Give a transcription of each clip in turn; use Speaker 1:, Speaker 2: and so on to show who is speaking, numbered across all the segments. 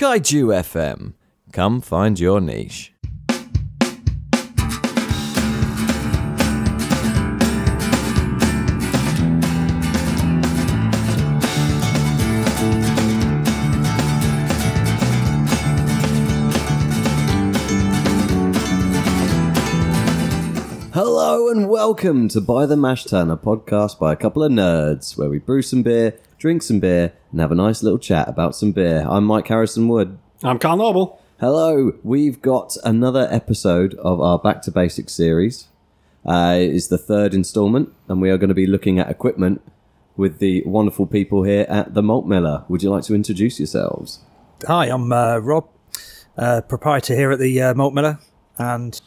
Speaker 1: Kaiju FM. Come find your niche.
Speaker 2: Hello and welcome to By the Mash Turn, a podcast by a couple of nerds where we brew some beer, drink some beer, and have a nice little chat about some beer. I'm Mike Harrison Wood.
Speaker 3: I'm Carl Noble.
Speaker 2: Hello, we've got another episode of our Back to Basics series. Uh, it is the third installment, and we are going to be looking at equipment with the wonderful people here at the Malt Miller. Would you like to introduce yourselves?
Speaker 4: Hi, I'm uh, Rob, uh, proprietor here at the uh, Malt Miller, and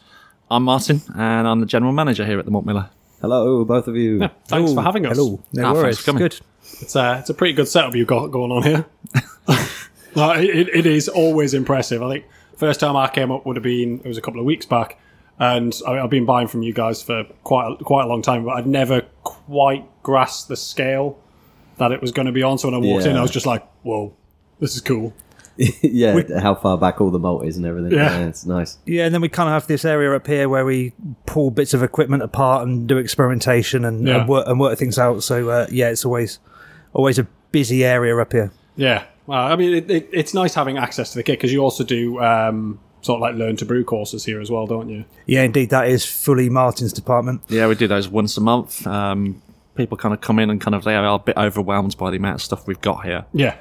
Speaker 5: I'm Martin, and I'm the general manager here at the Malt Miller.
Speaker 2: Hello, both of you.
Speaker 3: Thanks for having us.
Speaker 4: hello, no
Speaker 5: Ah, thanks
Speaker 4: worries,
Speaker 5: for coming.
Speaker 4: good.
Speaker 3: It's a, it's a pretty good setup you've got going on here. Like, it, it is always impressive. I think first time I came up would have been it was a couple of weeks back, and I, I've been buying from you guys for quite a, quite a long time, but I'd never quite grasped the scale that it was going to be on. So when I walked in,
Speaker 2: Yeah.
Speaker 3: I was just like, "Whoa, this is cool."
Speaker 2: yeah, how far back all the malt is and everything.
Speaker 3: Yeah.
Speaker 2: it's nice.
Speaker 4: Yeah, and then we kind of have this area up here where we pull bits of equipment apart and do experimentation and,
Speaker 3: Yeah.
Speaker 4: and, work, and work things out. So uh, yeah, it's always always a busy area up here.
Speaker 3: Yeah, well, I mean, it, it, it's nice having access to the kit because you also do um, sort of like learn to brew courses here as well, don't you?
Speaker 4: Yeah, indeed, that is fully Martin's department.
Speaker 5: Yeah, we do those once a month. Um, people kind of come in and kind of they are a bit overwhelmed by the amount of stuff we've got here.
Speaker 3: Yeah.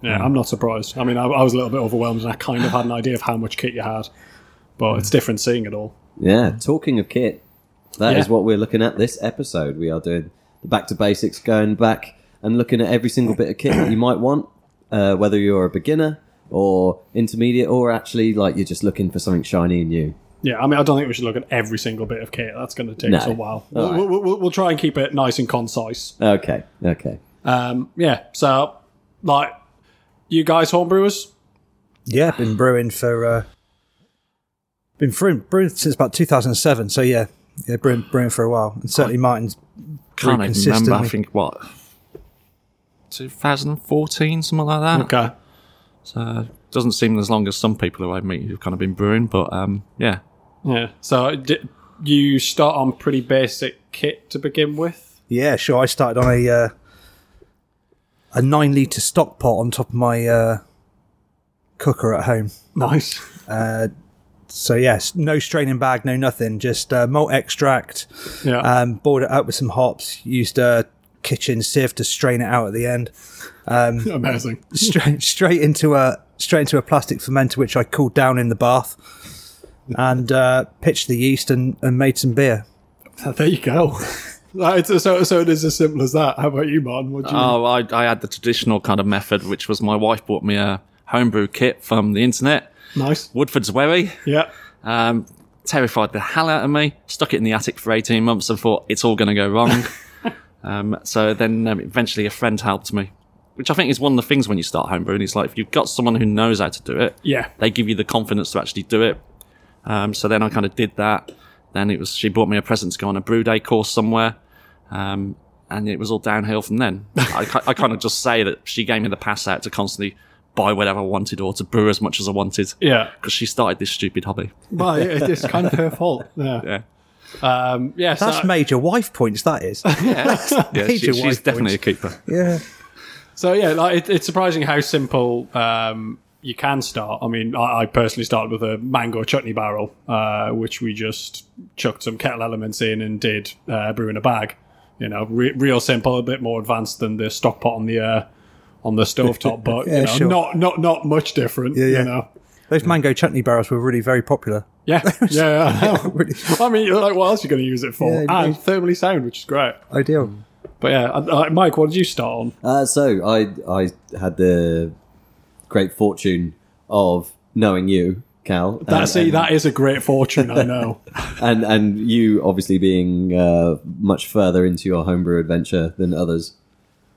Speaker 3: Yeah, I'm not surprised. I mean, I, I was a little bit overwhelmed and I kind of had an idea of how much kit you had, but it's different seeing it all.
Speaker 2: Yeah, talking of kit, that is
Speaker 3: Yeah.
Speaker 2: what we're looking at this episode. We are doing the back to basics, going back and looking at every single bit of kit that you might want, uh, whether you're a beginner or intermediate, or actually like you're just looking for something shiny and new.
Speaker 3: Yeah, I mean, I don't think we should look at every single bit of kit. That's going to take
Speaker 2: No.
Speaker 3: us a while.
Speaker 2: All
Speaker 3: We'll,
Speaker 2: right.
Speaker 3: we'll, we'll, we'll try and keep it nice and concise.
Speaker 2: Okay, okay.
Speaker 3: Um, yeah, so, like, you guys homebrewers?
Speaker 4: Yeah, been brewing for uh, been brewing, brewing since about 2007. So yeah, yeah, brewing, brewing for a while, and certainly Martin's
Speaker 5: Can't
Speaker 4: Pretty
Speaker 5: even remember. I
Speaker 4: consistently.
Speaker 5: think what 2014, something like that.
Speaker 3: Okay.
Speaker 5: So doesn't seem as long as some people who I meet who've kind of been brewing, but um, yeah,
Speaker 3: Yeah, so d- you start on pretty basic kit to begin with?
Speaker 4: Yeah, sure. I started on a uh, a nine liter stock pot on top of my uh, cooker at home.
Speaker 3: Nice.
Speaker 4: So yes, no straining bag, no nothing. Just uh, malt extract.
Speaker 3: Yeah.
Speaker 4: Um, boiled it up with some hops. Used a kitchen sieve to strain it out at the end.
Speaker 3: Amazing.
Speaker 4: Straight straight into a straight into a plastic fermenter, which I cooled down in the bath, and uh, pitched the yeast and, and made some beer.
Speaker 3: There you go. Like, it's- so, so it is as simple as that. How about you, Martin? What do you
Speaker 5: Oh, I, I had the traditional kind of method, which was my wife bought me a homebrew kit from the internet,
Speaker 3: Nice.
Speaker 5: Woodford's Wherry.
Speaker 3: Yeah.
Speaker 5: Um, terrified the hell out of me. Stuck it in the attic for 18 months and thought it's all going to go wrong. um, so then um, eventually a friend helped me, which I think is one of the things when you start homebrewing. It's like if you've got someone who knows how to do it,
Speaker 3: Yeah.
Speaker 5: they give you the confidence to actually do it. Um, so then I kind of did that. Then it was she bought me a present to go on a brew day course somewhere, um, and it was all downhill from then. I, ki- I kind of just say that she gave me the pass out to constantly buy whatever I wanted or to brew as much as I wanted.
Speaker 3: Yeah.
Speaker 5: because she started this stupid hobby.
Speaker 3: Well, it- it's kind of her fault. Yeah.
Speaker 5: Yeah.
Speaker 3: Um, yeah. So,
Speaker 4: That's major wife points. That is.
Speaker 5: Yeah,
Speaker 4: Major
Speaker 5: she- she's
Speaker 4: wife
Speaker 5: definitely a keeper.
Speaker 4: yeah.
Speaker 3: so yeah, like it, it's surprising how simple um, you can start. I mean, I, I personally started with a mango chutney barrel, uh, which we just chucked some kettle elements in and did uh, brew in a bag. You know, re- real simple, a bit more advanced than the stock pot on the uh, on the stovetop, but
Speaker 4: Yeah,
Speaker 3: you know,
Speaker 4: sure.
Speaker 3: not not not much different.
Speaker 4: Yeah, yeah.
Speaker 3: You know.
Speaker 4: Those mango chutney barrels were really very popular.
Speaker 3: Yeah, yeah, I know.
Speaker 4: Really.
Speaker 3: I mean, you're like, what else are you going to use it for?
Speaker 4: Yeah, you
Speaker 3: and thermally sound, which is great.
Speaker 4: Ideal.
Speaker 3: But yeah, I, I, Mike, what did you start on?
Speaker 2: Uh, so I I had the great fortune of knowing you, Cal.
Speaker 3: That
Speaker 2: and-
Speaker 3: see,
Speaker 2: and-
Speaker 3: that is a great fortune. I know.
Speaker 2: and and you obviously being uh, much further into your homebrew adventure than others,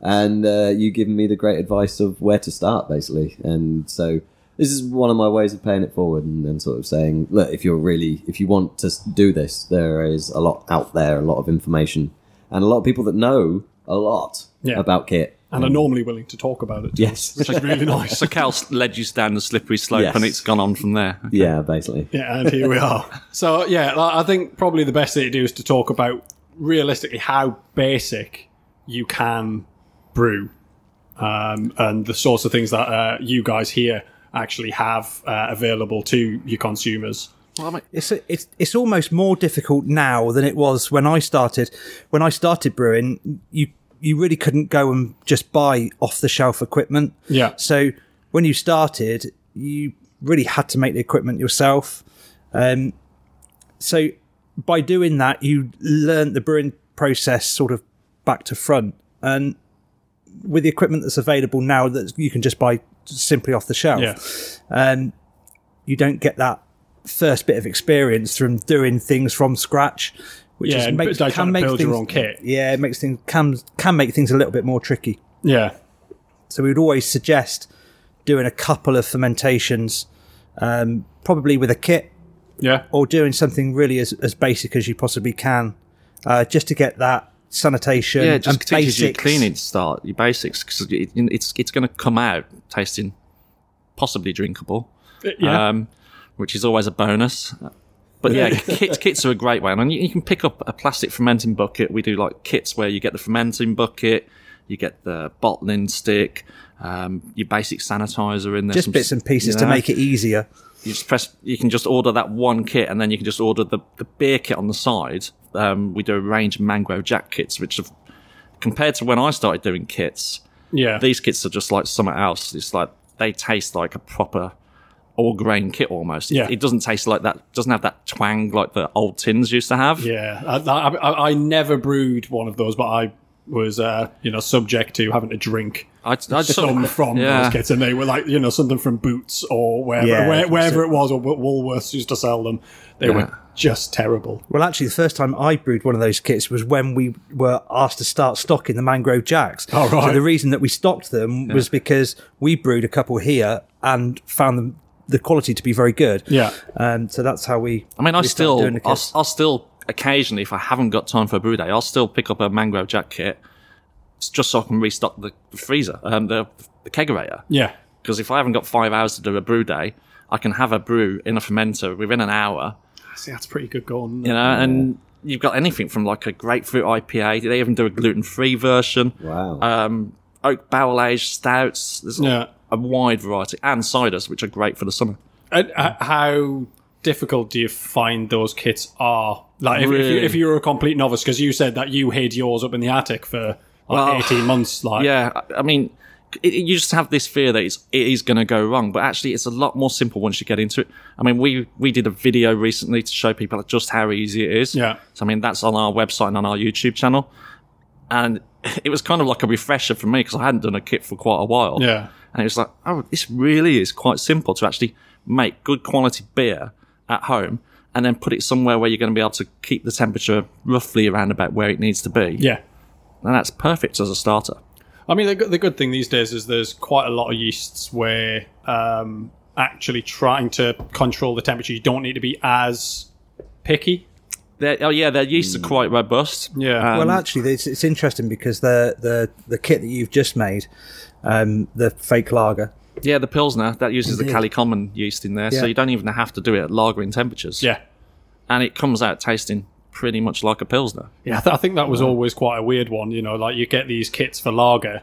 Speaker 2: and uh, you giving me the great advice of where to start basically, and so this is one of my ways of paying it forward and, and sort of saying, look, if you're really if you want to s- do this, there is a lot out there, a lot of information, and a lot of people that know a lot
Speaker 3: Yeah.
Speaker 2: about kit.
Speaker 3: and are normally willing to talk about it. to
Speaker 2: Yes.
Speaker 3: us, which is really nice.
Speaker 5: So Cal led you down the slippery slope,
Speaker 2: Yes.
Speaker 5: and it's gone on from there.
Speaker 2: Yeah, basically.
Speaker 3: Yeah, and here we are. So yeah, like, I think probably the best thing to do is to talk about realistically how basic you can brew, um, and the sorts of things that uh, you guys here actually have uh, available to your consumers.
Speaker 5: Well, I mean,
Speaker 4: it's it's it's almost more difficult now than it was when I started. When I started brewing, you you really couldn't go and just buy off the shelf equipment.
Speaker 3: Yeah.
Speaker 4: So when you started, you really had to make the equipment yourself. Um, so by doing that, you learnt the brewing process sort of back to front, and with the equipment that's available now that you can just buy simply off the shelf
Speaker 3: Yeah,
Speaker 4: um, you don't get that first bit of experience from doing things from scratch, which
Speaker 3: Yeah,
Speaker 4: is
Speaker 3: and
Speaker 4: makes,
Speaker 3: like trying
Speaker 4: can
Speaker 3: to
Speaker 4: make
Speaker 3: build
Speaker 4: things,
Speaker 3: your own kit.
Speaker 4: Yeah, it makes things can can make things a little bit more tricky.
Speaker 3: yeah,
Speaker 4: So we would always suggest doing a couple of fermentations, um, probably with a kit,
Speaker 3: yeah.
Speaker 4: or doing something really as, as basic as you possibly can, uh, just to get that sanitation
Speaker 5: yeah, it just
Speaker 4: and
Speaker 5: teaches you
Speaker 4: basics.
Speaker 5: cleaning start your basics because it, it's it's going to come out tasting possibly drinkable,
Speaker 2: Uh,
Speaker 3: Yeah.
Speaker 5: um, which is always a bonus. But yeah, kits kits are a great way, and you, you can pick up a plastic fermenting bucket. We do like kits where you get the fermenting bucket, you get the bottling stick, um, your basic sanitizer in there,
Speaker 4: Just
Speaker 5: some
Speaker 4: bits
Speaker 5: s-
Speaker 4: and pieces
Speaker 5: you
Speaker 4: to
Speaker 5: know.
Speaker 4: make it easier.
Speaker 5: you just press you can just order that one kit and then you can just order the, the beer kit on the side um, we do a range of mangrove jack kits which have compared to when i started doing kits
Speaker 3: yeah.
Speaker 5: these kits are just like something else it's like they taste like a proper all grain kit almost It-
Speaker 3: Yeah.
Speaker 5: it, doesn't taste like that doesn't have that twang like the old tins used to have
Speaker 3: Yeah, I, I, I- I never brewed one of those, but I was, uh, you know, subject to having to drink
Speaker 5: i, I just
Speaker 3: some from
Speaker 5: yeah.
Speaker 3: those kits, and they were like, you know, something from Boots or wherever,
Speaker 4: Yeah,
Speaker 3: where,
Speaker 4: that's
Speaker 3: wherever it was, or Wo- Woolworths used to sell them. They
Speaker 5: Yeah.
Speaker 3: were just terrible.
Speaker 4: Well, actually, the first time I brewed one of those kits was when we were asked to start stocking the mangrove jacks.
Speaker 3: Oh, right.
Speaker 4: So the reason that we stocked them was because we brewed a couple here and found them, the quality to be very good.
Speaker 3: Yeah.
Speaker 4: Um, so that's how we.
Speaker 5: I mean, I
Speaker 4: we started
Speaker 5: still,
Speaker 4: doing the
Speaker 5: I'll,
Speaker 4: kits.
Speaker 5: I'll still occasionally, if I haven't got time for a brew day, I'll still pick up a mangrove jack kit s- just so I can restock the the freezer, um, the, the kegerator.
Speaker 3: Yeah,
Speaker 5: Because if I haven't got five hours to do a brew day, I can have a brew in a fermenter within an hour,
Speaker 3: see, that's pretty good going.
Speaker 5: you know, and you've got anything from like a grapefruit IPA. They even do a gluten free version,
Speaker 2: Wow.
Speaker 3: Uh,
Speaker 5: um, oak barrel aged stouts. There's
Speaker 3: Yeah.
Speaker 5: a wide variety, and ciders, which are great for the summer.
Speaker 3: And, uh, how difficult do you find those kits are? Like, if, if, you,
Speaker 5: Really?
Speaker 3: if you were a complete novice, because you said that you hid yours up in the attic for like
Speaker 5: Well,
Speaker 3: eighteen months, like,
Speaker 5: yeah, I- I mean, it, it- you just have this fear that it's, it is going to go wrong, but actually, it's a lot more simple once you get into it. I mean, we we did a video recently to show people just how easy it is.
Speaker 3: Yeah.
Speaker 5: So I mean, that's on our website and on our YouTube channel, and it was kind of like a refresher for me because I hadn't done a kit for quite a while.
Speaker 3: Yeah.
Speaker 5: And it was like, oh, this really is quite simple to actually make good quality beer at home. And then put it somewhere where you're going to be able to keep the temperature roughly around about where it needs to be.
Speaker 3: yeah.
Speaker 5: And that's perfect as a starter.
Speaker 3: I mean, the good, the good thing these days is there's quite a lot of yeasts where um, actually trying to control the temperature, you don't need to be as picky.
Speaker 5: They're, oh yeah, their yeasts are quite robust.
Speaker 3: Yeah.
Speaker 4: well, actually, it's, it's interesting because the, the, the kit that you've just made, um, the fake lager,
Speaker 5: Yeah, the pilsner that uses the
Speaker 4: Indeed.
Speaker 5: Cali Common yeast in there, so
Speaker 4: Yeah.
Speaker 5: you don't even have to do it at lagering temperatures.
Speaker 3: Yeah.
Speaker 5: and it comes out tasting pretty much like a pilsner.
Speaker 3: Yeah, I, th- I think that was
Speaker 4: Uh,
Speaker 3: always quite a weird one. You know, like you get these kits for lager,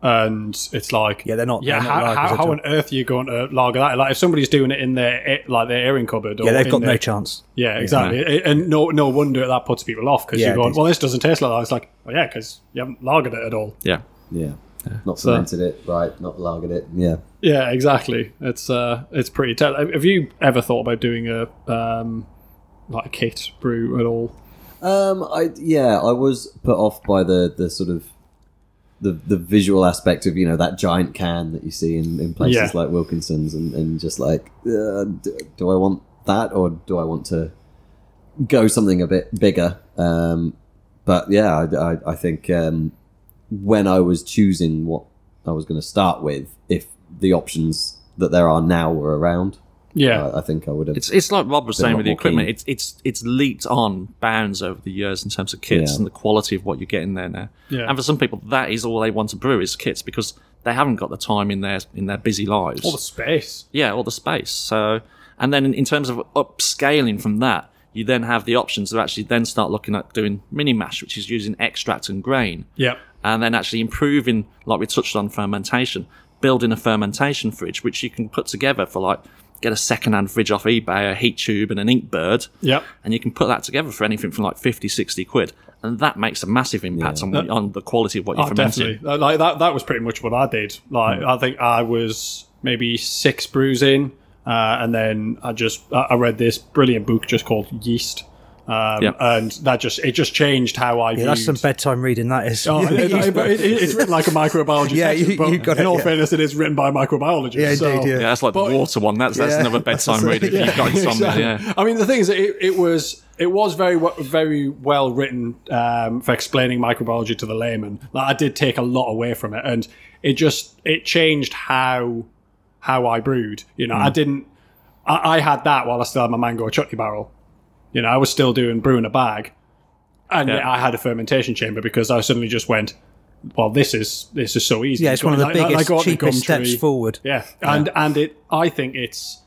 Speaker 3: and it's like
Speaker 4: Yeah, they're not-
Speaker 3: Yeah,
Speaker 4: they're not
Speaker 3: how,
Speaker 4: lagers
Speaker 3: how,
Speaker 4: at
Speaker 3: how
Speaker 4: all.
Speaker 3: on earth are you going to lager that? Like if somebody's doing it in their air- like their airing cupboard, or
Speaker 4: yeah, they've
Speaker 3: in
Speaker 4: got no
Speaker 3: their-
Speaker 4: chance.
Speaker 3: Yeah, exactly. A- And no, no wonder that puts people off because
Speaker 4: Yeah,
Speaker 3: you're
Speaker 4: it
Speaker 3: going,
Speaker 4: does.
Speaker 3: well, this doesn't taste like that. It's like, oh yeah, because you haven't lagered it at all.
Speaker 5: Yeah,
Speaker 2: yeah. Not fermented it, right? Not lagered it. Yeah.
Speaker 3: Yeah, exactly. It's uh, it's pretty. Ter- have you ever thought about doing a um, like a kit brew at all?
Speaker 2: Um, I yeah, I was put off by the the sort of the the visual aspect of you know that giant can that you see in, in places
Speaker 3: Yeah.
Speaker 2: like Wilkinson's and and just like uh, do, do I want that or do I want to go something a bit bigger? Um, but yeah, I, I, I think um, when I was choosing what I was going to start with, if the options that there are now were around,
Speaker 3: Yeah.
Speaker 4: Uh,
Speaker 2: I, I think I would have.
Speaker 5: It's it's like Rob was
Speaker 2: They're
Speaker 5: saying
Speaker 2: a
Speaker 5: with
Speaker 2: lot
Speaker 5: the
Speaker 2: more
Speaker 5: equipment.
Speaker 2: keen.
Speaker 5: It's it's it's leaped on bounds over the years in terms of kits
Speaker 2: Yeah.
Speaker 5: and the quality of what you're getting there now.
Speaker 3: Yeah.
Speaker 5: And for some people, that is all they want to brew is kits because they haven't got the time in their in their busy lives.
Speaker 3: All the space.
Speaker 5: yeah, all the space. So, and then in terms of upscaling from that, you then have the options to actually then start looking at doing mini mash, which is using extract and grain
Speaker 3: Yeah.
Speaker 5: and then actually improving, like we touched on fermentation, building a fermentation fridge, which you can put together for like get a second-hand fridge off eBay, a heat tube, and an ink bird.
Speaker 3: Yep.
Speaker 5: And you can put that together for anything from like 50, 60 quid. And that makes a massive impact on, on the quality of what you're
Speaker 3: Oh,
Speaker 5: fermenting.
Speaker 3: definitely. Uh, Like that. That was pretty much what I did. Like
Speaker 4: Hmm.
Speaker 3: I think I was maybe six brews in, uh, and then I just I I read this brilliant book just called Yeast, um,
Speaker 5: Yeah.
Speaker 3: and that just it just changed how I.
Speaker 4: Yeah,
Speaker 3: viewed,
Speaker 4: that's some bedtime reading. That is.
Speaker 3: Oh, it- it- but it- it- it's written like a microbiology.
Speaker 4: Yeah,
Speaker 3: textbook,
Speaker 4: you-
Speaker 3: but
Speaker 4: you got
Speaker 3: in
Speaker 4: it,
Speaker 3: all
Speaker 4: yeah.
Speaker 3: fairness, it is written by a microbiologist.
Speaker 4: Yeah,
Speaker 3: so-
Speaker 4: indeed, yeah.
Speaker 5: Yeah, that's like
Speaker 3: But-
Speaker 5: the water one. That's that's
Speaker 4: Yeah.
Speaker 5: another bedtime read if you've got insomnia.
Speaker 3: Exactly.
Speaker 5: Yeah.
Speaker 3: I mean, the thing is, it, it was it was very we- very well written um, for explaining microbiology to the layman. Like, I did take a lot away from it, and it just it changed how how I brewed. You know, I
Speaker 5: Mm.
Speaker 3: didn't. I, I had that while I still had my mango chutney barrel. You know, I was still doing brew in a bag, and
Speaker 5: Yeah.
Speaker 3: yet I had a fermentation chamber because I suddenly just went. Well, this is this is so easy.
Speaker 4: yeah, it's one of the
Speaker 3: Like- like-
Speaker 4: biggest,
Speaker 3: like on the
Speaker 4: cheapest
Speaker 3: Gumtree.
Speaker 4: steps forward.
Speaker 3: Yeah, and and it, I think it's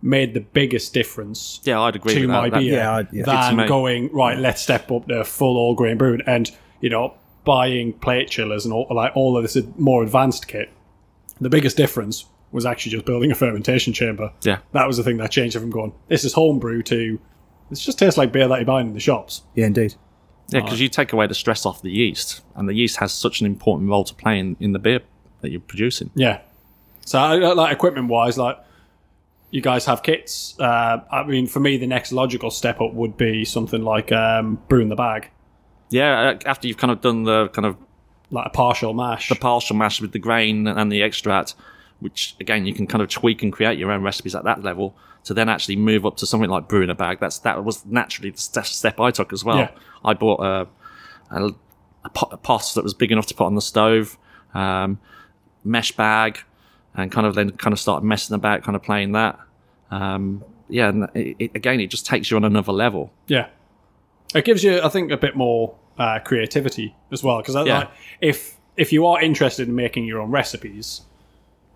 Speaker 3: made the biggest difference
Speaker 5: Yeah, I'd agree
Speaker 3: to
Speaker 5: with that.
Speaker 3: my
Speaker 5: That-
Speaker 3: beer
Speaker 4: Yeah, I- yeah.
Speaker 5: It's
Speaker 3: than
Speaker 5: amazing.
Speaker 3: going right. Let's step up to full all grain brewing, and you know buying plate chillers and all like all of this more advanced kit. The biggest difference was actually just building a fermentation chamber.
Speaker 5: Yeah.
Speaker 3: that was the thing that changed it from going this is homebrew to this just tastes like beer that you're buying in the shops.
Speaker 4: Yeah, indeed.
Speaker 5: Yeah, because you take away the stress off the yeast, and the yeast has such an important role to play in, in the beer that you're producing.
Speaker 3: Yeah. So I- I- like equipment wise, like you guys have kits. Uh, I mean, for me, the next logical step up would be something like um, brewing the bag,
Speaker 5: Yeah, uh, after you've kind of done the kind of
Speaker 3: like a partial mash.
Speaker 5: the partial mash with the grain and the extract, which again you can kind of tweak and create your own recipes at that level. To then actually move up to something like brewing a bag. That's that was naturally the ste- step I took as well.
Speaker 3: Yeah.
Speaker 5: I bought a, a, a pot, a pot that was big enough to put on the stove, um, mesh bag, and kind of then kind of started messing about, kind of playing that. Um, yeah, and it, it, again, it just takes you on another level.
Speaker 3: yeah, it gives you, I think, a bit more uh, creativity as well. Because
Speaker 5: Yeah.
Speaker 3: like, if if you are interested in making your own recipes,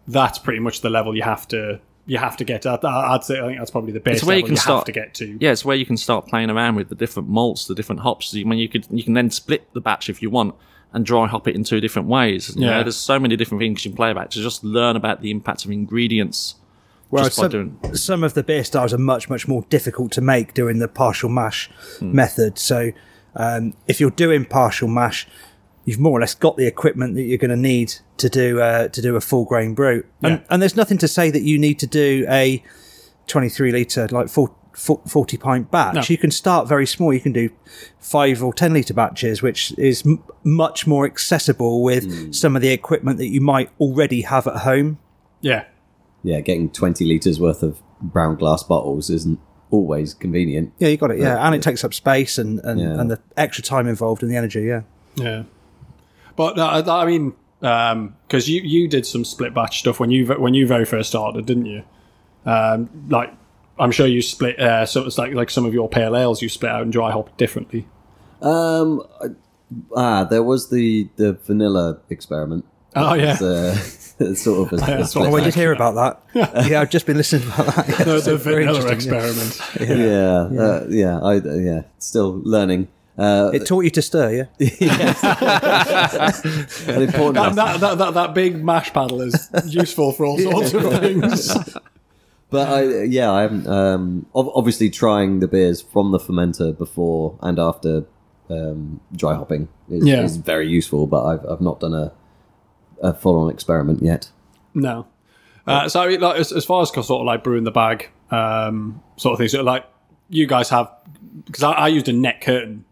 Speaker 3: that's pretty much the level you have to you have to get. To. I, I'd say I think that's probably the base
Speaker 5: where you
Speaker 3: level
Speaker 5: can
Speaker 3: have
Speaker 5: start-
Speaker 3: to get to.
Speaker 5: yeah, it's where you can start playing around with the different malts, the different hops. I mean, you could you can then split the batch if you want and dry hop it in two different ways. You
Speaker 3: Yeah.
Speaker 5: know, there's so many different things you can play about to just learn about the impact of ingredients.
Speaker 4: Well,
Speaker 5: just by
Speaker 4: some,
Speaker 5: doing
Speaker 4: some of the beer styles are much, much more difficult to make doing the partial mash
Speaker 5: Hmm.
Speaker 4: method. So, um, if you're doing partial mash, you've more or less got the equipment that you're going to need to do uh, to do a full grain brew. And,
Speaker 3: Yeah.
Speaker 4: and there's nothing to say that you need to do a 23 liter, like four- four- 40 pint batch.
Speaker 3: No.
Speaker 4: You can start very small. You can do five or 10 liter batches, which is m- much more accessible with
Speaker 5: Hmm.
Speaker 4: some of the equipment that you might already have at home.
Speaker 3: Yeah,
Speaker 2: yeah, getting 20 litres worth of brown glass bottles isn't always convenient.
Speaker 4: Yeah, you got it. Yeah, and it takes up space and and,
Speaker 2: Yeah.
Speaker 4: and the extra time involved and the energy. Yeah,
Speaker 3: Yeah, but no, I, I mean, because you you did some split batch stuff when you ve- when you very first started, didn't you? Um, like, I'm sure you split. Uh, so it's like like some of your pale ales you split out and dry hop differently.
Speaker 2: Um, I- ah, there was the, the vanilla experiment.
Speaker 3: Oh yeah,
Speaker 2: It's, uh, sort of a, a
Speaker 3: that's
Speaker 2: split
Speaker 4: oh, I
Speaker 2: back.
Speaker 4: did hear about that. yeah, I've just been listening about that. Yeah,
Speaker 3: the, the
Speaker 4: very
Speaker 3: vanilla
Speaker 4: interesting, yeah.
Speaker 3: experiment.
Speaker 2: yeah, yeah, uh, yeah, I, yeah, still learning. Uh,
Speaker 4: It taught you to stir, yeah.
Speaker 2: an important
Speaker 3: that, that, that, that, that big mash paddle is useful for all sorts of things.
Speaker 2: But I, yeah, I'm um, ob- obviously trying the beers from the fermenter before and after um, dry hopping is,
Speaker 3: Yeah.
Speaker 2: is very useful. But I've, I've not done a a full on experiment yet.
Speaker 3: No. Uh, so, I mean, like, as, as far as sort of like brewing the bag, um, sort of things, so, like you guys have, because I, I used a net curtain.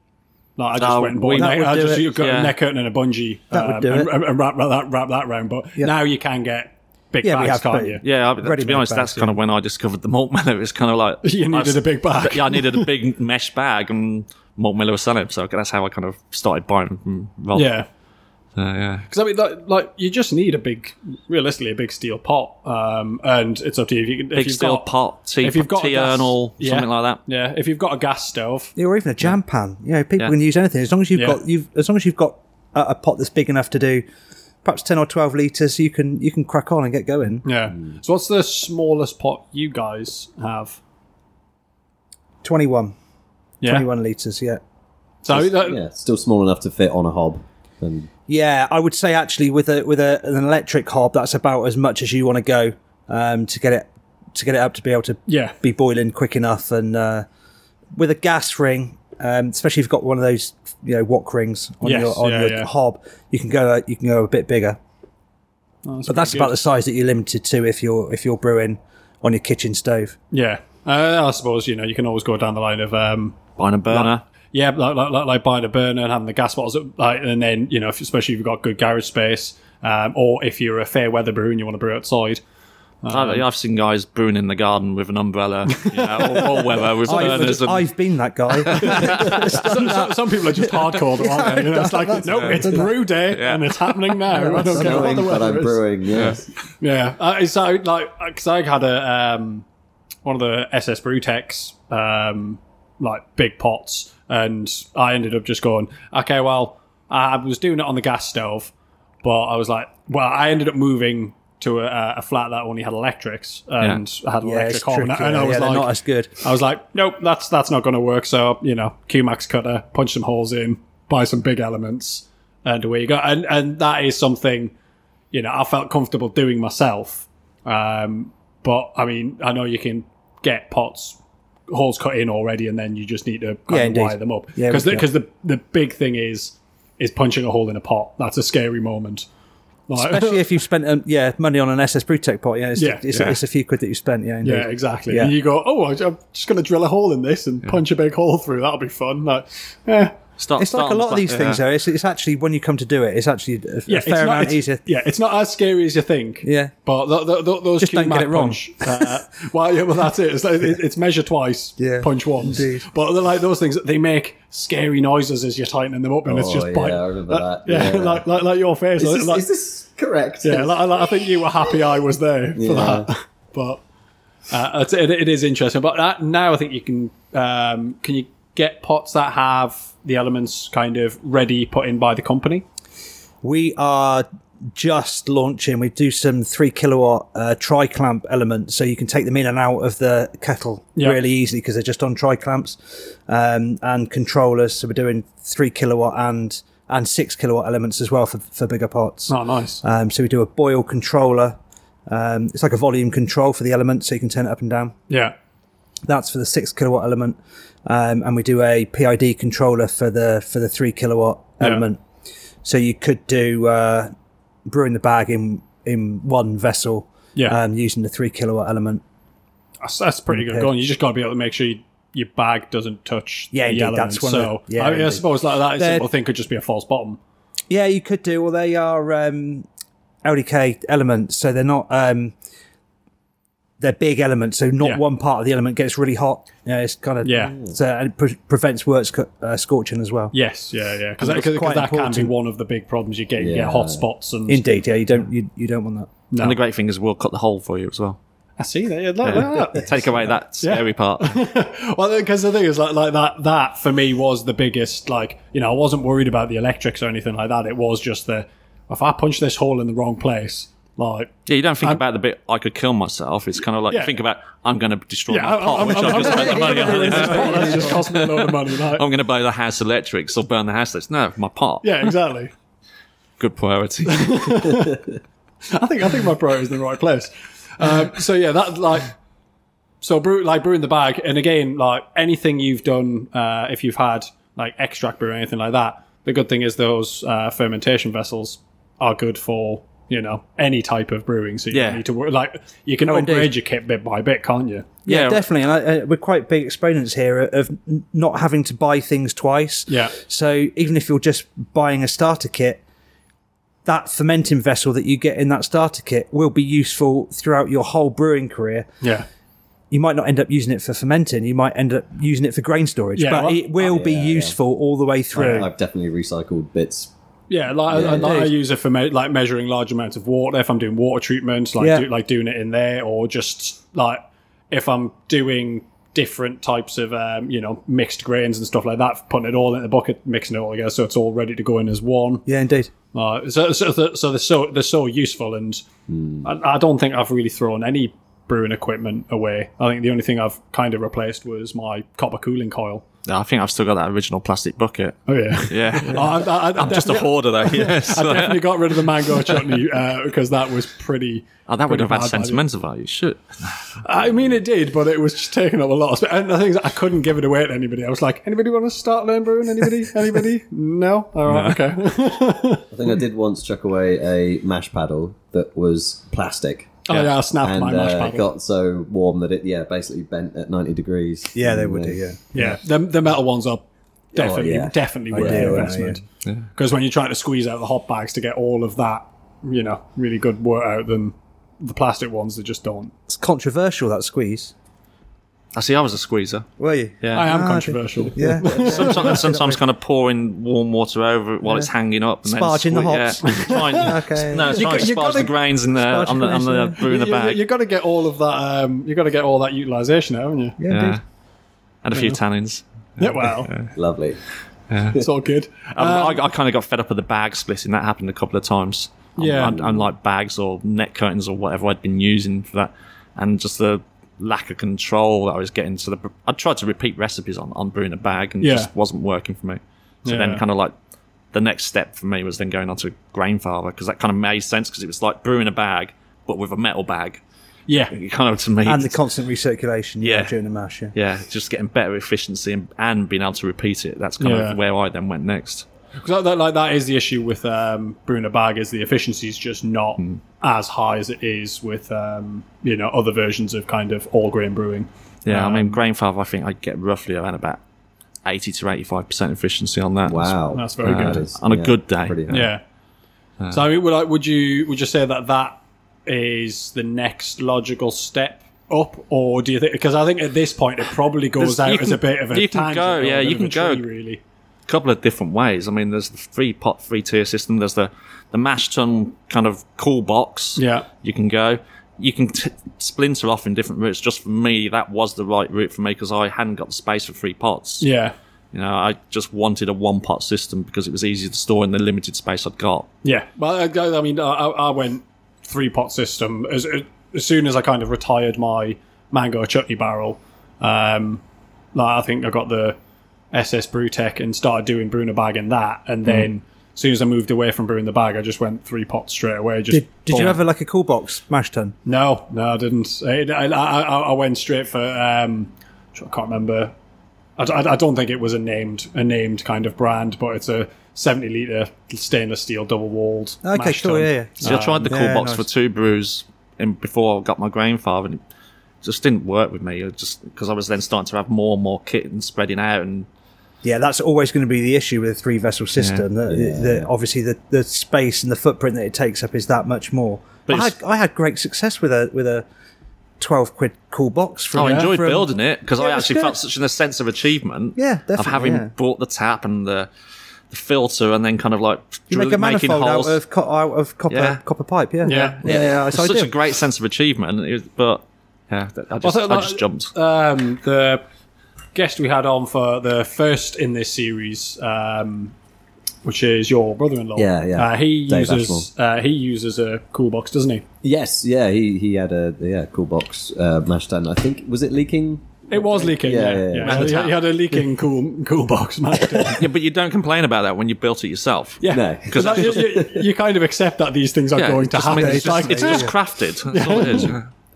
Speaker 3: Like, I just
Speaker 5: Oh,
Speaker 3: went and bought
Speaker 5: we-
Speaker 3: a
Speaker 5: that
Speaker 3: net,
Speaker 4: would
Speaker 3: I
Speaker 4: do
Speaker 3: just
Speaker 4: it.
Speaker 3: you got
Speaker 5: Yeah.
Speaker 3: a net curtain and a bungee
Speaker 4: That would
Speaker 3: um,
Speaker 4: do
Speaker 3: and,
Speaker 4: it.
Speaker 3: and wrap, wrap that wrap that round. But now you can get big
Speaker 4: Yeah, we
Speaker 3: bags,
Speaker 4: have
Speaker 3: can't
Speaker 4: big-
Speaker 3: you?
Speaker 5: Yeah, I, to
Speaker 4: Ready-made
Speaker 5: be honest,
Speaker 4: bags,
Speaker 5: that's kind of when I discovered the malt miller. It was kind of like
Speaker 3: You needed
Speaker 5: a
Speaker 3: a big bag.
Speaker 5: Yeah, I needed a big mesh bag, and malt miller was selling. it. So that's how I kind of started buying. From Rob.
Speaker 3: Yeah.
Speaker 5: So, yeah.
Speaker 3: Because I mean, like, like, you just need a big, realistically, a big steel pot, um, and it's up to you if you can. if
Speaker 5: Big
Speaker 3: you've
Speaker 5: steel
Speaker 3: got,
Speaker 5: pot, tea,
Speaker 3: if you've got a
Speaker 5: tea
Speaker 3: gas-
Speaker 5: urinal,
Speaker 3: yeah.
Speaker 5: something like that.
Speaker 3: Yeah, if you've got a gas stove,
Speaker 4: Yeah, or even a jam pan. You know, people
Speaker 5: Yeah.
Speaker 4: can use anything as long as you've
Speaker 3: Yeah.
Speaker 4: got you've as long as you've got a, a pot that's big enough to do perhaps ten or twelve liters. You can you can crack on and get going.
Speaker 3: yeah. So what's the smallest pot you guys have?
Speaker 4: Twenty one.
Speaker 3: Yeah.
Speaker 4: Twenty one liters. Yeah.
Speaker 3: So that,
Speaker 2: Yeah, still small enough to fit on a hob. And
Speaker 4: Yeah, I would say actually with a with a, an electric hob, that's about as much as you want to go um, to get it to get it up to be able to
Speaker 3: Yeah.
Speaker 4: be boiling quick enough. And uh, with a gas ring, um, especially if you've got one of those you know wok rings on
Speaker 3: Yes,
Speaker 4: your on
Speaker 3: yeah,
Speaker 4: your
Speaker 3: yeah.
Speaker 4: hob, you can go you can go a bit bigger. but that's
Speaker 3: Oh, pretty
Speaker 4: about
Speaker 3: good.
Speaker 4: the size that you're limited to if you're if you're brewing on your kitchen stove.
Speaker 3: yeah. Uh, I suppose you know you can always go down the line of um,
Speaker 5: Buying a burner.
Speaker 3: Yeah, like, like, like, like buying a burner and having the gas bottles, like, and then you know, if, especially if you've got good garage space, um, or if you're a fair weather brew and you want to brew outside.
Speaker 5: I've, I've seen guys brewing in the garden with an umbrella, you know, all, all weather with burners.
Speaker 4: I've,
Speaker 5: And,
Speaker 4: I've been that guy.
Speaker 3: Some, some, some people are just hardcore, though, aren't they? You know, it's like, no, it's brew day and it's happening now. I don't care what
Speaker 2: Knowing
Speaker 3: the
Speaker 2: that I'm
Speaker 3: weather is.
Speaker 2: brewing, yes.
Speaker 3: Yeah, uh, so like, because I had a um, one of the SS Brewtechs, um, like big pots, and I ended up just going, okay, well, I was doing it on the gas stove, but I was like, well, I ended up moving to a, a flat that only had electrics, and I had an
Speaker 4: yeah, it's
Speaker 3: electric hob, and, I-
Speaker 4: trickier.
Speaker 3: and I
Speaker 4: yeah,
Speaker 3: was
Speaker 4: they're
Speaker 3: like,
Speaker 4: not as good.
Speaker 3: I was like, nope, that's that's not going to work. So you know, QMax cutter, punch some holes in, buy some big elements, and away you go. And and that is something, you know, I felt comfortable doing myself. Um, but I mean, I know you can get pots holes cut in already, and then you just need to
Speaker 4: Yeah,
Speaker 3: kind
Speaker 4: indeed.
Speaker 3: of wire them up.
Speaker 4: Yeah,
Speaker 3: because
Speaker 4: we- yeah.
Speaker 3: because the the big thing is is punching a hole in a pot. That's a scary moment. Like-
Speaker 4: Especially if you've spent um, yeah money on an SS Brewtech pot, yeah, it's,
Speaker 3: Yeah,
Speaker 4: it's,
Speaker 3: yeah.
Speaker 4: it's a few quid that you spent, yeah. Indeed.
Speaker 3: Yeah, exactly.
Speaker 4: Yeah.
Speaker 3: And you go, oh, I- I'm just going to drill a hole in this and punch a big hole through. That'll be fun. Like, eh. yeah,
Speaker 5: start,
Speaker 4: It's like
Speaker 5: start
Speaker 4: a
Speaker 5: on the
Speaker 4: lot of
Speaker 5: pla-
Speaker 4: these things,
Speaker 5: yeah.
Speaker 4: though. It's, it's actually when you come to do it, it's actually a, a
Speaker 3: yeah.
Speaker 4: fair
Speaker 3: not,
Speaker 4: amount easier.
Speaker 3: Yeah, it's not as scary as you think.
Speaker 4: Yeah.
Speaker 3: but th- th- th- those
Speaker 4: Just don't
Speaker 3: Q
Speaker 4: get
Speaker 3: Mac
Speaker 4: it wrong.
Speaker 3: Punch, uh, well, yeah, well, that's it. It's, like, it- it's measure twice,
Speaker 4: Yeah,
Speaker 3: punch once.
Speaker 4: indeed.
Speaker 3: But they're like those things. They make scary noises as you're tightening them up, and it's
Speaker 2: Oh,
Speaker 3: just
Speaker 2: yeah,
Speaker 3: bite.
Speaker 2: I remember that.
Speaker 3: yeah,
Speaker 2: Yeah.
Speaker 3: like, like like your face.
Speaker 2: Is
Speaker 3: like-
Speaker 2: this,
Speaker 3: like-
Speaker 2: is this correct?
Speaker 3: yeah, like, like, I think you were happy I was there for
Speaker 2: Yeah.
Speaker 3: that. But uh, it's, it, it is interesting. But that, now I think you can um, can you get pots that have the elements kind of ready put in by the company?
Speaker 4: We are just launching. We do some three kilowatt uh, tri clamp elements, so you can take them in and out of the kettle
Speaker 3: Yeah.
Speaker 4: really easily because they're just on tri clamps um, and controllers. So we're doing three kilowatt and and six kilowatt elements as well for, for bigger pots.
Speaker 3: Oh, nice.
Speaker 4: Um, so we do a boil controller. Um, it's like a volume control for the element, so you can turn it up and down.
Speaker 3: yeah.
Speaker 4: That's for the six kilowatt element, um, and we do a PID controller for the for the three kilowatt
Speaker 3: Yeah.
Speaker 4: element. So you could do uh, brewing the bag in in one vessel,
Speaker 3: Yeah.
Speaker 4: um, using the three kilowatt element.
Speaker 3: That's, that's pretty good
Speaker 4: Okay.
Speaker 3: going. You just got to be able to make sure you, your bag doesn't touch
Speaker 4: Yeah,
Speaker 3: the
Speaker 4: indeed,
Speaker 3: elements.
Speaker 4: that's one of
Speaker 3: so
Speaker 4: the- yeah,
Speaker 3: I, mean, I
Speaker 4: indeed.
Speaker 3: suppose like that
Speaker 4: They're-
Speaker 3: simple thing could just be a false bottom.
Speaker 4: Yeah, you could do. Well, they are um, LDK elements, so they're not. Um, they're big elements, so not
Speaker 3: Yeah.
Speaker 4: one part of the element gets really hot. Yeah, it's kind of
Speaker 3: Yeah.
Speaker 4: So and it pre- prevents work sc- uh, scorching as well.
Speaker 3: Yes, yeah, yeah. Because that,
Speaker 4: That's
Speaker 3: 'cause
Speaker 4: quite
Speaker 3: that can be
Speaker 4: important.
Speaker 3: one of the big problems you get. You
Speaker 2: Yeah.
Speaker 3: get hot spots and
Speaker 4: Indeed, yeah, you don't you, you don't want that.
Speaker 5: And the great thing is, we'll cut the hole for you as well.
Speaker 3: I see that. Yeah, look at that.
Speaker 5: Take away that scary part.
Speaker 3: Well, because the thing is, like, like that, that for me was the biggest. Like, you know, I wasn't worried about the electrics or anything like that. It was just the if I punch this hole in the wrong place, like,
Speaker 5: Yeah, you don't think about the bit I could kill myself. It's kind of like
Speaker 3: Um, Yeah.
Speaker 5: you think about I'm going to destroy
Speaker 3: yeah,
Speaker 5: my pot,
Speaker 3: I'm,
Speaker 5: which
Speaker 3: I'm,
Speaker 5: I've
Speaker 3: I'm,
Speaker 5: just spent the money on.
Speaker 3: that's just cost me a load of money. Like,
Speaker 5: I'm going to blow the house electrics or burn the house. That's no, my pot.
Speaker 3: yeah, exactly.
Speaker 5: Good priority.
Speaker 3: I think I think my pro is in the right place. Um, so yeah, that like so brew like brewing the bag, and again like anything you've done, uh, if you've had like extract brew or anything like that, the good thing is those uh, fermentation vessels are good for you know any type of brewing. So you
Speaker 5: Yeah.
Speaker 3: don't need to worry. Like you can
Speaker 4: Oh, indeed.
Speaker 3: upgrade your kit bit by bit, can't you?
Speaker 4: Yeah,
Speaker 5: Yeah.
Speaker 4: definitely. And I, uh, we're quite big exponents here of n- not having to buy things twice.
Speaker 3: Yeah.
Speaker 4: So even if you're just buying a starter kit, that fermenting vessel that you get in that starter kit will be useful throughout your whole brewing career.
Speaker 3: Yeah.
Speaker 4: You might not end up using it for fermenting. You might end up using it for grain storage,
Speaker 3: Yeah,
Speaker 4: but
Speaker 3: well-
Speaker 4: it will be
Speaker 2: yeah, yeah.
Speaker 4: useful all the way through.
Speaker 2: I've definitely recycled bits
Speaker 3: Yeah, like, I, like I use it for me- like measuring large amounts of water. If I'm doing water treatments, like
Speaker 4: Yeah.
Speaker 3: do, like doing it in there, or just like if I'm doing different types of um, you know mixed grains and stuff like that, putting it all in the bucket, mixing it all together, so it's all ready to go in as one.
Speaker 4: Yeah, indeed.
Speaker 3: Uh, so, so, so so they're so they're so useful, and I, I don't think I've really thrown any brewing equipment away. I think the only thing I've kind of replaced was my copper cooling coil.
Speaker 5: I think I've still got that original plastic bucket.
Speaker 3: Oh yeah,
Speaker 5: Yeah.
Speaker 3: I, I, I,
Speaker 5: I'm just a hoarder, though. Yes.
Speaker 3: I definitely got rid of the mango chutney uh, because that was pretty.
Speaker 5: Oh, that would
Speaker 3: pretty
Speaker 5: have had
Speaker 3: bad value.
Speaker 5: sentimental value. Shit.
Speaker 3: I mean, it did, but it was just taking up a lot of space. And the thing is, I couldn't give it away to anybody. I was like, anybody want to start learn brewing? Anybody? Anybody? No? All right, okay.
Speaker 2: I think I did once chuck away a mash paddle that was plastic.
Speaker 3: oh, yeah, I snapped
Speaker 2: And
Speaker 3: my mash
Speaker 2: uh,
Speaker 3: paddle.
Speaker 2: got so warm that it, yeah, basically bent at 90 degrees.
Speaker 4: Yeah, they
Speaker 2: And,
Speaker 4: would
Speaker 2: uh,
Speaker 4: do. Yeah,
Speaker 3: yeah, the, the metal ones are definitely,
Speaker 2: Oh, yeah.
Speaker 3: definitely worth
Speaker 4: do,
Speaker 3: the
Speaker 4: I know,
Speaker 3: investment. Because when you're trying to squeeze out the hot bags to get all of that, you know, really good work out, then the plastic ones, they just don't.
Speaker 4: it's controversial that squeeze.
Speaker 5: I see. I was a squeezer.
Speaker 4: Were you?
Speaker 5: Yeah.
Speaker 3: I am
Speaker 4: Ah,
Speaker 3: controversial.
Speaker 4: Yeah,
Speaker 5: sometimes, sometimes kind of pouring warm water over it while it's hanging up. And
Speaker 4: Sparging the
Speaker 5: then
Speaker 4: hops.
Speaker 5: Yeah. Try and-
Speaker 4: Okay.
Speaker 5: No, it's
Speaker 3: You
Speaker 5: trying
Speaker 3: got-
Speaker 5: to
Speaker 3: you
Speaker 5: sparge the
Speaker 3: gotta-
Speaker 5: grains in the,
Speaker 4: Sparge
Speaker 5: on the, on the
Speaker 4: grains,
Speaker 5: brew in the bag.
Speaker 3: You've got to get all of that. Um, you got to get all that utilization out, haven't you?
Speaker 4: yeah,
Speaker 5: yeah.
Speaker 4: indeed.
Speaker 5: And a few tannins.
Speaker 3: Yeah, well,
Speaker 2: Lovely.
Speaker 3: it's all good.
Speaker 5: Um, I, I kind of got fed up with the bag splitting. That happened a couple of times. Um,
Speaker 3: Yeah.
Speaker 5: Un- unlike bags or net curtains or whatever I'd been using for that, and just the lack of control that I was getting. So the, I tried to repeat recipes on on brewing a bag, and it
Speaker 3: Yeah.
Speaker 5: just wasn't working for me. So then,
Speaker 3: Yeah.
Speaker 5: kind of like the next step for me was then going on to Grainfather because that kind of made sense because it was like brewing a bag but with a metal bag.
Speaker 3: Yeah,
Speaker 5: It kind of to me,
Speaker 4: and the constant recirculation. Yeah,
Speaker 5: Yeah.
Speaker 4: during the mash. Yeah.
Speaker 5: yeah, just getting better efficiency and, and being able to repeat it. That's kind
Speaker 3: Yeah.
Speaker 5: of where I then went next.
Speaker 3: because that, like that is the issue with um, brewing a bag is the efficiency is just not
Speaker 5: Hmm.
Speaker 3: as high as it is with um, you know other versions of kind of all grain brewing.
Speaker 5: Yeah, I
Speaker 3: Um,
Speaker 5: mean, Grainfather, I think I get roughly around about 80 to 85% efficiency on that.
Speaker 2: Wow.
Speaker 3: That's very
Speaker 2: That
Speaker 3: good.
Speaker 2: is-
Speaker 5: On a
Speaker 2: yeah,
Speaker 5: good day.
Speaker 2: pretty high.
Speaker 3: Yeah. so I mean, would I, would you would you say that that is the next logical step? Up or do you think? Because I think at this point it probably goes
Speaker 5: There's- you
Speaker 3: out as a
Speaker 5: can-
Speaker 3: bit of a
Speaker 5: you can
Speaker 3: tangent
Speaker 5: go,
Speaker 3: or a
Speaker 5: yeah,
Speaker 3: bit of
Speaker 5: you
Speaker 3: a
Speaker 5: can go.
Speaker 3: tree, really.
Speaker 5: A couple of different ways. I mean, there's the three pot, three tier system. There's the, the mash tun kind of cool box.
Speaker 3: Yeah.
Speaker 5: You can go. You can t- splinter off in different routes. Just for me, that was the right route for me because I hadn't got the space for three pots.
Speaker 3: Yeah,
Speaker 5: You know, I just wanted a one pot system because it was easier to store in the limited space I'd got.
Speaker 3: Yeah, but I, I mean, I, I I went three pot system as as soon as I kind of retired my mango chutney barrel. Um, like I think I got the SS Brewtech and started doing brewing a bag in that,
Speaker 4: Mm.
Speaker 3: and then as soon as I moved away from brewing the bag, I just went three pot straight away. Just
Speaker 4: Did, did you
Speaker 3: bought-
Speaker 4: have a, like a cool box mash tun?
Speaker 3: no, no, I didn't. I, I, I, I went straight for. Um, I can't remember. I, I- I don't think it was a named a named kind of brand, but it's a seventy liter stainless steel double walled.
Speaker 4: Okay,
Speaker 3: mash
Speaker 4: sure,
Speaker 3: tun.
Speaker 4: yeah, yeah.
Speaker 5: See, I tried the cool
Speaker 4: Uh, yeah,
Speaker 5: box
Speaker 4: nice.
Speaker 5: for two brews in, before I got my grandfather, and it just didn't work with me. It just because I was then starting to have more and more kit and spreading out, and
Speaker 4: Yeah, that's always going to be the issue with a three vessel system. That that obviously the, the space and the footprint that it takes up is that much more.
Speaker 5: But
Speaker 4: I
Speaker 5: it's-
Speaker 4: had, I had great success with a with a twelve quid cool box. From,
Speaker 5: Oh, I enjoyed
Speaker 4: Oh, from-
Speaker 5: building it because I
Speaker 4: Yeah, it's
Speaker 5: actually
Speaker 4: good.
Speaker 5: felt such a sense of achievement.
Speaker 4: Yeah, definitely,
Speaker 5: Of having
Speaker 4: yeah.
Speaker 5: bought the tap and the, the filter, and then kind of like
Speaker 4: You make
Speaker 5: drilling-
Speaker 4: a
Speaker 5: making
Speaker 4: manifold out
Speaker 5: holes.
Speaker 4: of, co- out of copper
Speaker 5: Yeah.
Speaker 4: copper pipe. Yeah,
Speaker 3: Yeah.
Speaker 4: yeah. yeah,
Speaker 5: It's
Speaker 4: so I
Speaker 5: such a
Speaker 4: did.
Speaker 5: great sense of achievement, it was- but yeah, I just,
Speaker 3: thought
Speaker 5: I
Speaker 3: that-
Speaker 5: just jumped.
Speaker 3: um, the guest we had on for the first in this series, um, which is your brother-in-law.
Speaker 2: Yeah, yeah.
Speaker 3: Uh, he
Speaker 2: Dave
Speaker 3: uses uh, he uses a cool box, doesn't he?
Speaker 2: Yes, yeah, he, he had a yeah cool box uh, mash tun. I think was it leaking?
Speaker 3: It was leaking.
Speaker 2: Yeah,
Speaker 3: Yeah,
Speaker 2: yeah,
Speaker 3: yeah,
Speaker 2: yeah.
Speaker 5: And the
Speaker 3: He,
Speaker 5: tap.
Speaker 3: he had a leaking cool cool box. Matt.
Speaker 5: yeah, but you don't complain about that when you built it yourself.
Speaker 3: yeah,
Speaker 2: No.
Speaker 3: because you, you- you kind of accept that these things are
Speaker 5: Yeah,
Speaker 3: going
Speaker 5: it's
Speaker 3: to
Speaker 5: just- I mean,
Speaker 3: happen.
Speaker 5: it's
Speaker 3: Like,
Speaker 5: just, it's
Speaker 4: yeah.
Speaker 5: just crafted. That's all it is.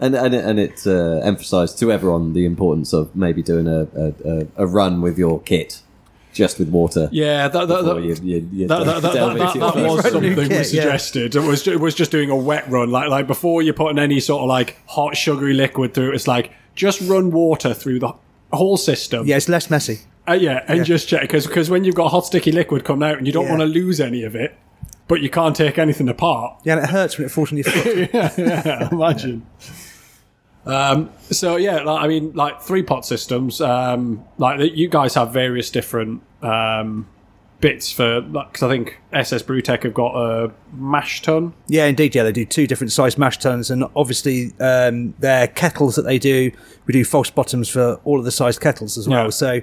Speaker 2: And and it, and it uh, emphasised to everyone the importance of maybe doing a, a, a, a run with your kit, just with water.
Speaker 3: yeah, that, that,
Speaker 2: before
Speaker 3: that-
Speaker 2: you- you- you
Speaker 3: that, that, that,
Speaker 2: delve
Speaker 3: that,
Speaker 2: into
Speaker 3: that,
Speaker 2: your
Speaker 3: that was
Speaker 2: first-
Speaker 3: something
Speaker 4: Yeah.
Speaker 3: we suggested. It was it was just doing a wet run, like like before you're putting any sort of like hot sugary liquid through. It's like just run water through the whole system.
Speaker 4: Yeah, it's less messy.
Speaker 3: Uh, yeah, and just check because when you've got hot sticky liquid coming out and you don't
Speaker 4: Yeah.
Speaker 3: want to lose any of it, but you can't take anything apart.
Speaker 4: Yeah, and it hurts when it falls on your foot.
Speaker 3: Imagine. Um, so yeah, like, I mean, like three pot systems. Um, like you guys have various different um, bits for because I think SS Brewtech have got a mash tun.
Speaker 4: Yeah, indeed. Yeah, they do two different size mash tuns, and obviously um, their kettles that they do, we do false bottoms for all of the size kettles as well.
Speaker 3: Yeah.
Speaker 4: So,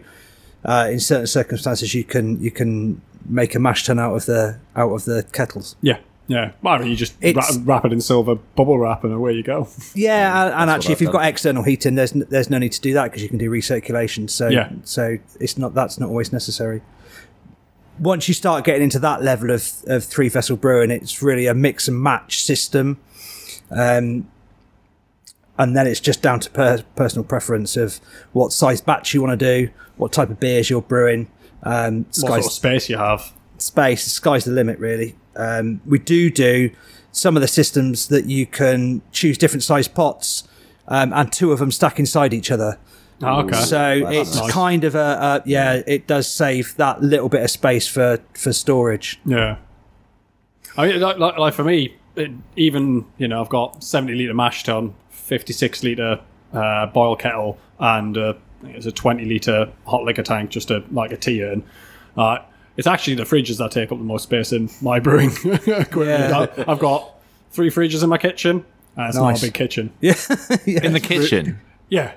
Speaker 4: uh, in certain circumstances, you can you can make a mash tun out of the out of the kettles.
Speaker 3: Yeah, yeah. Well, I mean, you just wrap,
Speaker 4: It's-
Speaker 3: wrap it in silver bubble wrap, and away you go.
Speaker 4: Yeah,
Speaker 3: Um,
Speaker 4: and, and actually,
Speaker 2: I've
Speaker 4: if you've
Speaker 2: done.
Speaker 4: got external heating, there's n- there's no need to do that because you can do recirculation. So
Speaker 3: Yeah.
Speaker 4: so it's not that's not always necessary. Once you start getting into that level of of three vessel brewing, it's really a mix and match system, um, and then it's just down to per- personal preference of what size batch you want to do, what type of beers you're brewing. Um,
Speaker 3: What sort
Speaker 4: sky's
Speaker 3: of space you have?
Speaker 4: space, the sky's the limit, really. Um, we do do some of the systems that you can choose different size pots um, and two of them stack inside each other.
Speaker 3: Ah, okay.
Speaker 4: So
Speaker 2: that's
Speaker 4: it's
Speaker 3: nice.
Speaker 4: kind of a, uh yeah, it does save that little bit of space for, for storage.
Speaker 3: Yeah. I mean, like, like, like for me, it, even you know, I've got seventy liter mash tun, fifty six liter uh, boil kettle, and uh, I think it's a twenty liter hot liquor tank, just a like a tea urn. Uh, it's actually the fridges that take up the most space in my brewing equipment.
Speaker 4: Yeah.
Speaker 3: I- I've got three fridges in my kitchen. Uh, it's not
Speaker 4: Nice.
Speaker 3: a big kitchen.
Speaker 5: in the kitchen.
Speaker 3: Yeah.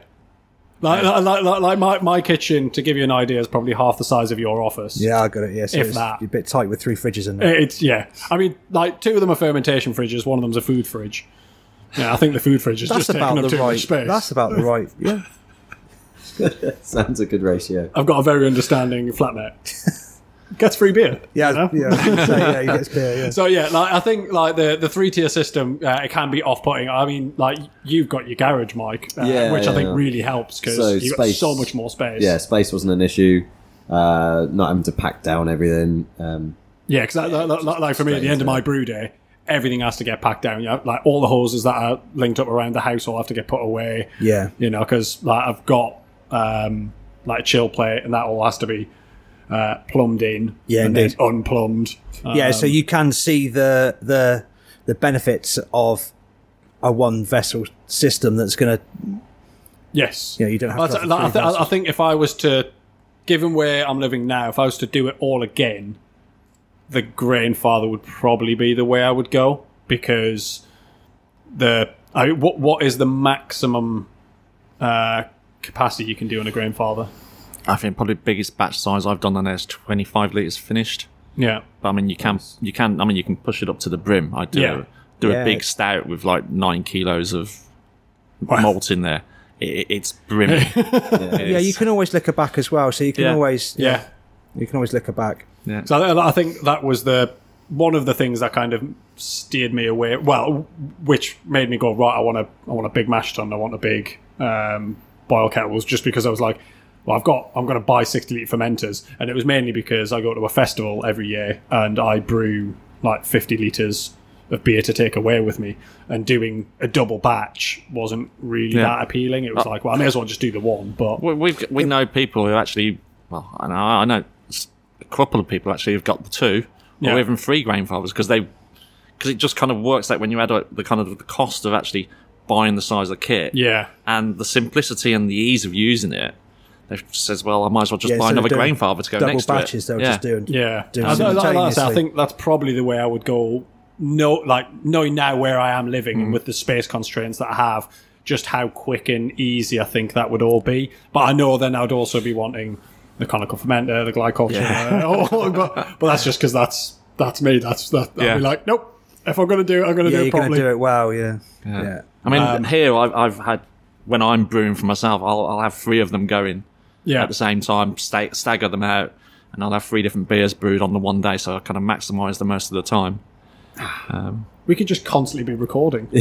Speaker 3: Like, like, like, like my, my kitchen, to give you an idea, is probably half the size of your office.
Speaker 4: Yeah, I got it. Yeah, so
Speaker 3: If
Speaker 4: it's
Speaker 3: that.
Speaker 4: a bit tight with three fridges in there.
Speaker 3: It's yeah. I mean, like two of them are fermentation fridges. One of them's a food fridge. Yeah, I think the food fridge is
Speaker 4: That's
Speaker 3: just taking
Speaker 4: about
Speaker 3: up
Speaker 4: the
Speaker 3: too
Speaker 4: right.
Speaker 3: much space.
Speaker 4: That's about the right. Yeah,
Speaker 2: Sounds a good ratio.
Speaker 3: I've got a very understanding flatmate. Gets free beer.
Speaker 4: yeah,
Speaker 3: you know?
Speaker 4: yeah. I was gonna say, yeah, he gets beer, yeah.
Speaker 3: So yeah, like I think like the the three tier system uh, it can be off putting. I mean, like you've got your garage, Mike, uh,
Speaker 2: Yeah,
Speaker 3: which I
Speaker 2: yeah,
Speaker 3: think
Speaker 2: yeah.
Speaker 3: really helps because
Speaker 2: So
Speaker 3: you've
Speaker 2: space-
Speaker 3: got so much more space.
Speaker 2: Yeah, space wasn't an issue. Uh, not having to pack down everything. Um,
Speaker 3: Yeah, because that, that, that- that- like for me, at the
Speaker 2: straight
Speaker 3: end
Speaker 2: into
Speaker 3: of my brew day, everything has to get packed down. You know, like all the hoses that are linked up around the house all have to get put away.
Speaker 4: Yeah.
Speaker 3: you know, because like I've got um, like a chill plate, and that all has to be uh, plumbed in.
Speaker 4: Yeah,
Speaker 3: and then
Speaker 4: indeed.
Speaker 3: unplumbed. Uh,
Speaker 4: yeah so you can see the the the benefits of a one vessel system that's going to
Speaker 3: yes.
Speaker 4: you know you don't have
Speaker 3: I,
Speaker 4: to
Speaker 3: th-
Speaker 4: have
Speaker 3: like, I,
Speaker 4: three
Speaker 3: th- I
Speaker 4: vessels.
Speaker 3: think if I was to, given where I'm living now, if I was to do it all again, the grandfather would probably be the way I would go because the I mean, what what is the maximum uh, capacity you can do in a grandfather?
Speaker 5: I think probably the biggest batch size I've done on there is 25 liters finished.
Speaker 3: Yeah,
Speaker 5: But I mean, you can you can I mean you can push it up to the brim. I do
Speaker 3: Yeah.
Speaker 5: a, do
Speaker 4: Yeah.
Speaker 5: a big stout with like nine kilos of
Speaker 3: Wow.
Speaker 5: malt in there. It, it's brimming.
Speaker 4: yeah you can always lick her back as well so you can
Speaker 5: Yeah.
Speaker 4: always yeah.
Speaker 3: yeah.
Speaker 4: you can always lick her back
Speaker 3: So I, th- I think that was the one of the things that kind of steered me away. Well, which made me go right. I want a I want a big mash tun. I want a big um, boil kettle. Was just because I was like, well, I've got I'm going to buy sixty liter fermenters, and it was mainly because I go to a festival every year and I brew like fifty liters of beer to take away with me, and doing a double batch wasn't really
Speaker 5: Yeah.
Speaker 3: that appealing. It was like, well, I may as well just do the one. But
Speaker 5: We, we've we know people who actually. Well, I know I know s- a couple of people actually have got the two
Speaker 3: Yeah.
Speaker 5: or even three grandfathers because they because it just kind of works out when you add up the kind of the cost of actually buying the size of the kit
Speaker 3: yeah,
Speaker 5: and the simplicity and the ease of using it. They says, "Well, I might as well just
Speaker 4: Yeah,
Speaker 5: buy
Speaker 4: instead of
Speaker 5: another
Speaker 4: doing
Speaker 5: grandfather to go
Speaker 4: double
Speaker 5: next
Speaker 4: batches
Speaker 5: to
Speaker 4: they
Speaker 5: it."
Speaker 4: were just doing
Speaker 3: Yeah,
Speaker 4: doing
Speaker 3: I, I- like I, said, I
Speaker 4: simultaneously.
Speaker 3: think that's probably the way I would go. No, like knowing now where I am living
Speaker 4: Mm.
Speaker 3: and with the space constraints that I have, just how quick and easy I think that would all be. But I know then I'd also be wanting the conical fermenter, the glycol, uh, all- but, but that's just because that's that's me. That's that. I'd
Speaker 5: Yeah.
Speaker 3: be like, nope. If I'm gonna do it, I'm gonna
Speaker 4: yeah
Speaker 3: do
Speaker 4: you're
Speaker 3: it
Speaker 4: going to
Speaker 3: properly.
Speaker 4: do it well yeah yeah,
Speaker 5: I mean,
Speaker 4: Um,
Speaker 5: here I've, I've had when I'm brewing for myself, I'll, I'll have three of them going
Speaker 3: Yeah,
Speaker 5: at the same time, sta stagger them out, and I'll have three different beers brewed on the one day, so I kind of maximise the most of the time.
Speaker 3: we could just constantly be recording.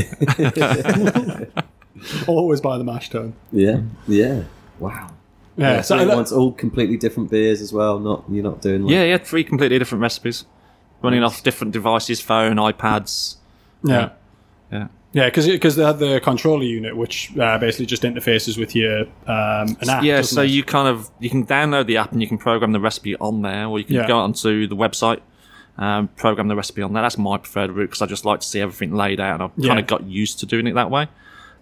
Speaker 3: Always by the mash turn.
Speaker 2: yeah, yeah. Wow.
Speaker 3: Yeah,
Speaker 2: Yeah,
Speaker 3: so
Speaker 2: so
Speaker 3: I-
Speaker 2: wants all completely different beers as well. Not you're not doing like
Speaker 5: Yeah, yeah, three completely different recipes, running off different devices, phone, iPads.
Speaker 3: Yeah.
Speaker 5: Yeah.
Speaker 3: Yeah, because they had the controller unit, which uh, basically just interfaces with your um, an app.
Speaker 5: yeah,
Speaker 3: doesn't
Speaker 5: so
Speaker 3: it?
Speaker 5: you kind of you can download the app and you can program the recipe on there, or you can
Speaker 3: Yeah.
Speaker 5: go onto the website, um, program the recipe on there. That's my preferred route because I just like to see everything laid out, and I've
Speaker 3: Yeah.
Speaker 5: kind of got used to doing it that way.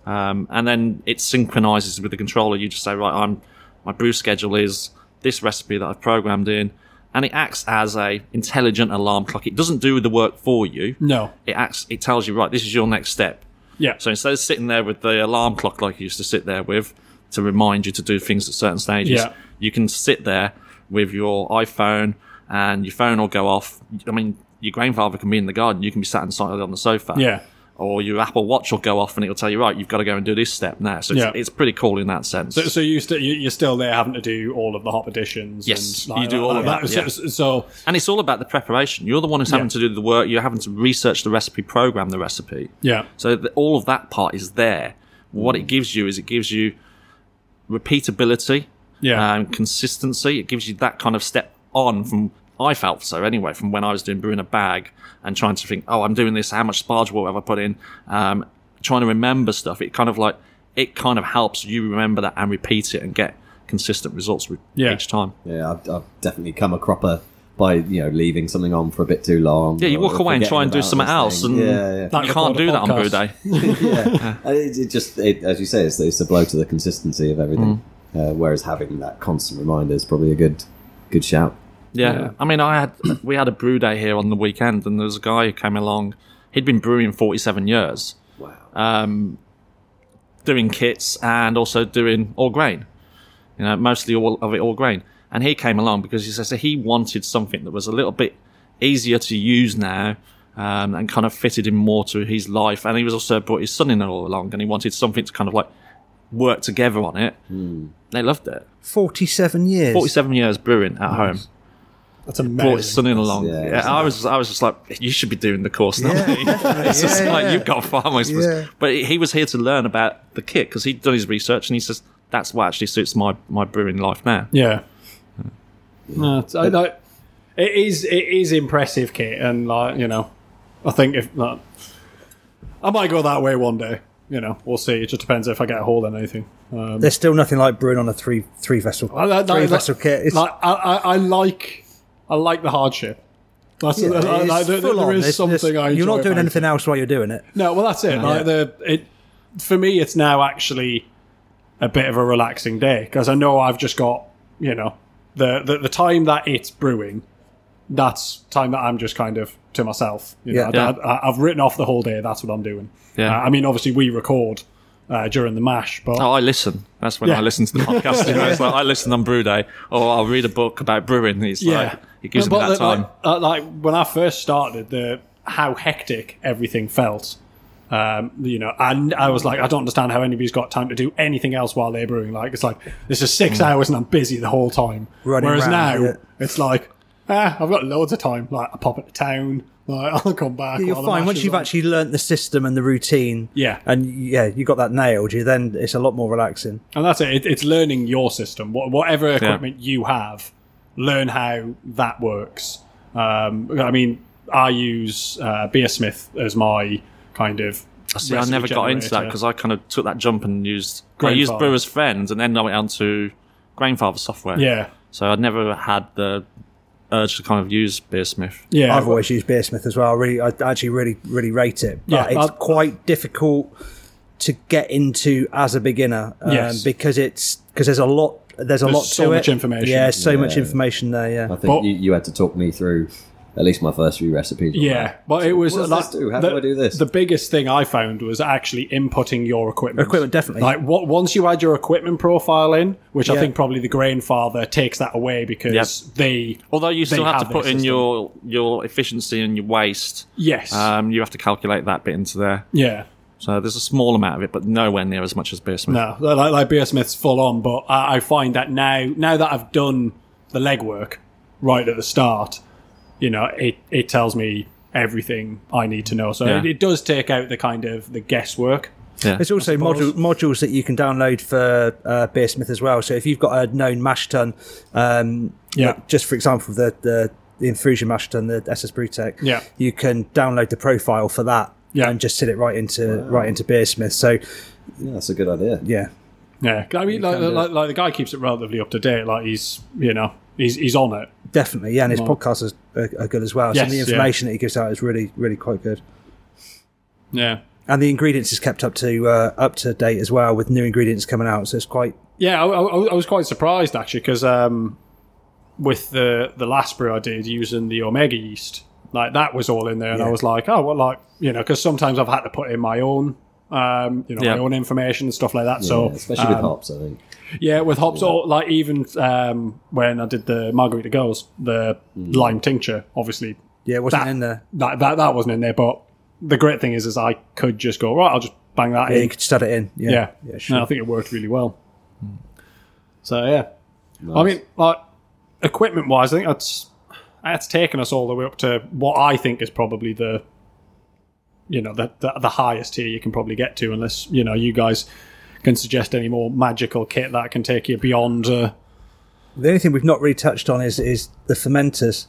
Speaker 5: Um, and then it synchronizes with the controller. You just say, right, I'm my brew schedule is this recipe that I've programmed in, and it acts as a intelligent alarm clock. It doesn't do the work for you.
Speaker 3: No.
Speaker 5: It acts. It tells you right. This is your next step.
Speaker 3: Yeah.
Speaker 5: So instead of sitting there with the alarm clock like you used to sit there with to remind you to do things at certain stages,
Speaker 3: Yeah.
Speaker 5: you can sit there with your iPhone and your phone will go off. I mean, your grandfather can be in the garden, you can be sat inside on the sofa.
Speaker 3: Yeah.
Speaker 5: Or your Apple Watch will go off and it'll tell you, right, you've got to go and do this step now. So it's,
Speaker 3: Yeah.
Speaker 5: it's pretty cool in that sense.
Speaker 3: So, so you st- you- you're still there having to do all of the hop editions.
Speaker 5: Yes,
Speaker 3: and like
Speaker 5: you do
Speaker 3: that-
Speaker 5: all of that,
Speaker 3: So,
Speaker 5: yeah.
Speaker 3: so-
Speaker 5: and it's all about the preparation. You're the one who's having
Speaker 3: Yeah.
Speaker 5: to do the work, you're having to research the recipe, program the recipe.
Speaker 3: yeah,
Speaker 5: So th all of that part is there. What it gives you is it gives you repeatability,
Speaker 3: Yeah.
Speaker 5: um, consistency. It gives you that kind of step on from. I felt so anyway from when I was doing brewing a bag and trying to think, oh, I'm doing this. How much sparge water have I put in? Um, trying to remember stuff. It kind of like it kind of helps you remember that and repeat it and get consistent results with
Speaker 3: Yeah.
Speaker 5: each time.
Speaker 2: Yeah, I've, I've definitely come a cropper by you know leaving something on for a bit too long.
Speaker 5: Yeah, you
Speaker 2: or
Speaker 5: walk away and try and do
Speaker 2: forgetting
Speaker 5: something
Speaker 2: about
Speaker 5: else,
Speaker 2: this
Speaker 5: and
Speaker 2: thing. yeah, yeah.
Speaker 3: Like
Speaker 5: you
Speaker 3: record
Speaker 5: can't
Speaker 3: a
Speaker 5: do that on brew
Speaker 3: podcast.
Speaker 5: day.
Speaker 2: And it, it just it, as you say, it's, it's a blow to the consistency of everything.
Speaker 5: Mm.
Speaker 2: Uh, whereas having that constant reminder is probably a good good shout.
Speaker 5: Yeah. I mean, I had we had a brew day here on the weekend, and there was a guy who came along. He'd been brewing forty-seven years,
Speaker 2: Wow.
Speaker 5: Um, doing kits and also doing all grain. You know, mostly all of it all grain. And he came along because he says that he wanted something that was a little bit easier to use now. Um, and kind of fitted him more to his life, and he was also brought his son-in-law along, and he wanted something to kind of like work together on it. They loved it.
Speaker 4: 47 years.
Speaker 5: Forty-seven years brewing at home,
Speaker 3: that's
Speaker 5: brought his
Speaker 3: amazing.
Speaker 5: son in along.
Speaker 2: Yeah,
Speaker 5: Yeah,
Speaker 2: isn't
Speaker 5: I was, I was just like, you should be doing the course now.
Speaker 4: Yeah, definitely.
Speaker 5: it's just
Speaker 4: Yeah,
Speaker 5: like
Speaker 4: yeah.
Speaker 5: you've got far more.
Speaker 4: Yeah.
Speaker 5: experience. But he was here to learn about the kit because he'd done his research and he says that's what actually suits my my brewing life now.
Speaker 3: Yeah.
Speaker 5: Hmm.
Speaker 3: No, it's- I- like, it is it is impressive, Kit, and like you know, I think if like, I might go that way one day. You know, we'll see. It just depends if I get a hold in anything. Um,
Speaker 4: There's still nothing like brewing on a three three vessel
Speaker 3: I like-
Speaker 4: three
Speaker 3: like-
Speaker 4: vessel kit. It's,
Speaker 3: like, I, I, I like I like the hardship. That's,
Speaker 4: yeah,
Speaker 3: I- I-
Speaker 4: it's
Speaker 3: I- there-
Speaker 4: full
Speaker 3: there
Speaker 4: on.
Speaker 3: is
Speaker 4: It's
Speaker 3: something
Speaker 4: just-
Speaker 3: I
Speaker 4: You're
Speaker 3: enjoy
Speaker 4: not doing
Speaker 3: about it.
Speaker 4: anything else while you're doing it.
Speaker 3: No, well, that's it. Like the it for me, it's now actually a bit of a relaxing day because I know I've just got you know the, the the time that it's brewing. That's time that I'm just kind of to myself. You know,
Speaker 4: Yeah.
Speaker 3: I, I, I've written off the whole day. That's what I'm doing.
Speaker 5: Yeah.
Speaker 3: Uh, I mean, obviously we record uh, during the mash, but
Speaker 5: Oh, I listen. That's when
Speaker 3: Yeah.
Speaker 5: I listen to the podcast. You know, it's like I listen on brew day, or I'll read a book about brewing. It's like it gives me
Speaker 3: But
Speaker 5: that
Speaker 3: the-
Speaker 5: time.
Speaker 3: Like, uh, like when I first started, the how hectic everything felt. Um, you know, and I was like, I don't understand how anybody's got time to do anything else while they're brewing. Like, it's like this is six hours and I'm busy the whole time.
Speaker 4: Mm. Running
Speaker 3: Whereas
Speaker 4: round,
Speaker 3: now
Speaker 4: yeah.
Speaker 3: it's like, ah, I've got loads of time. Like, I pop into town. Like, I'll come back.
Speaker 4: You're
Speaker 3: while the
Speaker 4: fine
Speaker 3: mash
Speaker 4: once
Speaker 3: is
Speaker 4: you've
Speaker 3: on.
Speaker 4: actually learnt the system and the routine.
Speaker 3: Yeah.
Speaker 4: and yeah, you got that nailed. You then it's a lot more relaxing.
Speaker 3: and that's it. it it's learning your system, Wha- whatever equipment you have. Learn how that works. Um, I mean, I use uh, Beersmith as my kind of.
Speaker 5: See, I
Speaker 3: recipe
Speaker 5: never got into that
Speaker 3: generator.
Speaker 5: because I kind of took that jump and used. I used
Speaker 3: Grandfather.
Speaker 5: Brewer's Friends, and then I went on to Grandfather software.
Speaker 3: yeah,
Speaker 5: So I'd never had the urge to kind of use Beersmith.
Speaker 3: yeah.
Speaker 4: I've always used Beersmith as well. I really, I actually really, really rate it. But
Speaker 3: Yeah, uh,
Speaker 4: it's
Speaker 3: I've-
Speaker 4: quite difficult to get into as a beginner um,
Speaker 3: Yes.
Speaker 4: because it's because there's a lot. There's a
Speaker 3: There's
Speaker 4: lot
Speaker 3: so
Speaker 4: to
Speaker 3: much
Speaker 4: it.
Speaker 3: information.
Speaker 4: Yeah, so much
Speaker 2: Yeah.
Speaker 4: information there.
Speaker 2: I
Speaker 4: Yeah,
Speaker 2: think
Speaker 3: But-
Speaker 2: you, you had to talk me through at least my first few recipes. on
Speaker 3: yeah,
Speaker 2: that.
Speaker 3: but it was
Speaker 2: What does
Speaker 3: like,
Speaker 2: this do? How
Speaker 3: the,
Speaker 2: do I do this?
Speaker 3: The biggest thing I found was actually inputting your equipment.
Speaker 4: Equipment, definitely.
Speaker 3: Like what once you add your equipment profile in, which I
Speaker 4: Yeah.
Speaker 3: think probably the grandfather takes that away because they
Speaker 5: Although you still have,
Speaker 3: have
Speaker 5: to
Speaker 3: their
Speaker 5: put in
Speaker 3: system.
Speaker 5: your your efficiency and your waste.
Speaker 3: yes
Speaker 5: Um, you have to calculate that bit into there.
Speaker 3: yeah
Speaker 5: So there's a small amount of it, but nowhere near as much as Beersmith.
Speaker 3: No, like, like Beer Smith's full on, but I, I find that now now that I've done the legwork right at the start, you know, it, it tells me everything I need to know. So
Speaker 5: Yeah.
Speaker 3: it, it does take out the kind of the guesswork.
Speaker 5: Yeah.
Speaker 4: there's also module, modules that you can download for uh, Beersmith as well. So if you've got a known mash tun, um,
Speaker 3: Yeah.
Speaker 4: like just for example, the the, the infusion mash tun, the SS Brewtech,
Speaker 3: Yeah.
Speaker 4: you can download the profile for that.
Speaker 3: Yeah.
Speaker 4: and just sit it right into right into Beersmith. So
Speaker 2: yeah, that's a good idea.
Speaker 4: yeah,
Speaker 3: Yeah, I mean, like,
Speaker 4: do
Speaker 3: like, like the guy keeps it relatively up to date. Like he's you know he's he's on it.
Speaker 4: Definitely, yeah, and his podcasts are, are, are good as well.
Speaker 3: Yes,
Speaker 4: so the
Speaker 3: yeah.
Speaker 4: information that he gives out is really, really quite good.
Speaker 3: Yeah.
Speaker 4: And the ingredients is kept up to uh, up to date as well, with new ingredients coming out. So it's quite
Speaker 3: Yeah, I, I, I was quite surprised actually because um, with the the last brew I did using the omega yeast, like that was all in there, and I was like, oh well, like you know, because sometimes I've had to put in my own, um, you know,
Speaker 5: Yeah.
Speaker 3: my own information and stuff like that. so
Speaker 2: Yeah, especially with
Speaker 3: um,
Speaker 2: hops, I think.
Speaker 3: yeah, with hops, or like even um, when I did the margarita girls, the lime tincture, obviously
Speaker 4: Yeah, it wasn't
Speaker 3: that-
Speaker 4: in there.
Speaker 3: that that that wasn't in there. But the great thing is, is I could just go right. I'll just bang that
Speaker 4: Yeah,
Speaker 3: in.
Speaker 4: you could just add it in. Yeah,
Speaker 3: yeah,
Speaker 4: yeah, sure.
Speaker 3: And I think it worked really well. So yeah, I mean, like equipment wise, I think that's that's taken us all the way up to what I think is probably the you know the the, the highest tier you can probably get to, unless you know you guys can suggest any more magical kit that can take you beyond. Uh,
Speaker 4: The only thing we've not really touched on is is the fermenters,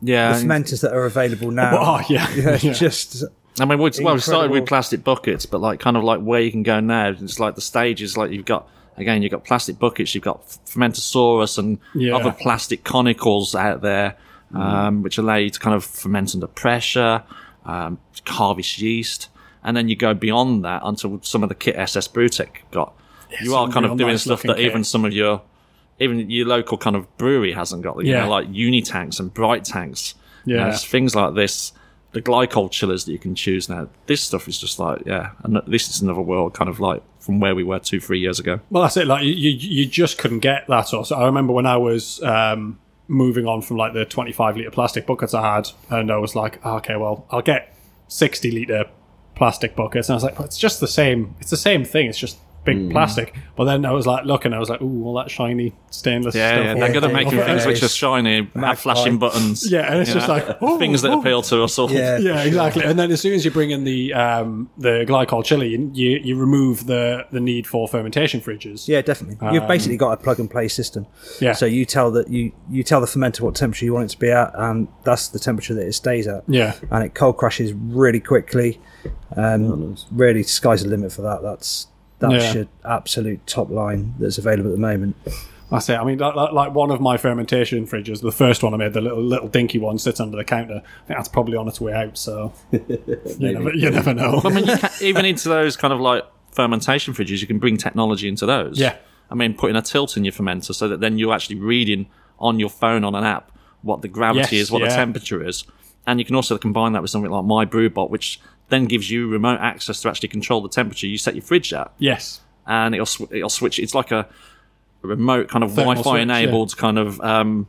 Speaker 5: Yeah,
Speaker 4: the fermenters that are available now.
Speaker 3: oh yeah,
Speaker 4: Yeah,
Speaker 3: yeah.
Speaker 4: Just
Speaker 5: I mean, we, well, we started
Speaker 4: Incredible.
Speaker 5: with plastic buckets, but like kind of like where you can go now. It's like the stages. Like you've got again, you've got plastic buckets, you've got fermentosaurus and
Speaker 3: Yeah. Mm.
Speaker 5: other plastic conicals out there, um, which allow you to kind of ferment under pressure, um, harvest yeast, and then you go beyond that onto some of the kit SS Brewtech got. you are
Speaker 3: some
Speaker 5: kind
Speaker 3: real
Speaker 5: of doing
Speaker 3: nice
Speaker 5: stuff
Speaker 3: looking
Speaker 5: that even
Speaker 3: kit.
Speaker 5: some of your even your local kind of brewery hasn't got. You
Speaker 3: Yeah.
Speaker 5: know, like uni tanks and bright tanks.
Speaker 3: Yeah.
Speaker 5: Yeah. things like this, the glycol chillers that you can choose now. This stuff is just like, yeah, and this is another world, kind of like from where we were two, three years ago.
Speaker 3: Well, that's it. Like you, you, you just couldn't get that. Also, I remember when I was um, moving on from like the twenty-five liter plastic buckets I had, and I was like, "Oh, okay, well, I'll get sixty liter plastic buckets, and I was like, well, it's just the same. It's the same thing. It's just big
Speaker 5: Mm-hmm.
Speaker 3: plastic. But then I was like, looking, I was like, ooh, all that shiny stainless stuff.
Speaker 5: Yeah, yeah, they're good at
Speaker 4: yeah,
Speaker 5: making
Speaker 4: yeah.
Speaker 5: things which are shiny, have flashing buttons.
Speaker 3: Yeah, and it's
Speaker 5: you
Speaker 3: just
Speaker 5: know,
Speaker 3: like, oh, "Ooh,
Speaker 5: things that
Speaker 3: ooh."
Speaker 5: appeal to us all.
Speaker 4: Yeah.
Speaker 3: yeah, exactly. And then as soon as you bring in the um, the glycol chili, you, you you remove the the need for fermentation fridges.
Speaker 4: yeah, definitely. You've basically got a plug and play system.
Speaker 3: Um, Yeah.
Speaker 4: So you tell that you you tell the fermenter what temperature you want it to be at, and that's the temperature that it stays at.
Speaker 3: Yeah.
Speaker 4: And it cold crashes really quickly. Um, Really, sky's the limit for that. That's that's
Speaker 3: Yeah.
Speaker 4: your absolute top line that's available at the moment.
Speaker 3: That's it. I mean, like, like- like one of my fermentation fridges, the first one I made, the little little dinky one, sits under the counter. I think that's probably on its way out. So you, never, you never
Speaker 5: I
Speaker 3: know.
Speaker 5: mean, you can, even into those kind of like fermentation fridges, you can bring technology into those.
Speaker 3: Yeah.
Speaker 5: I mean, putting a tilt in your fermenter so that then you're actually reading on your phone on an app what the gravity
Speaker 3: Yes,
Speaker 5: is, what the
Speaker 3: yeah.
Speaker 5: temperature is. And you can also combine that with something like My Brewbot, which then gives you remote access to actually control the temperature you set your fridge at.
Speaker 3: yes.
Speaker 5: And it'll, sw- it'll switch. It's like a a remote kind of
Speaker 3: Thermal
Speaker 5: Wi Fi
Speaker 3: switch,
Speaker 5: enabled kind of. Um,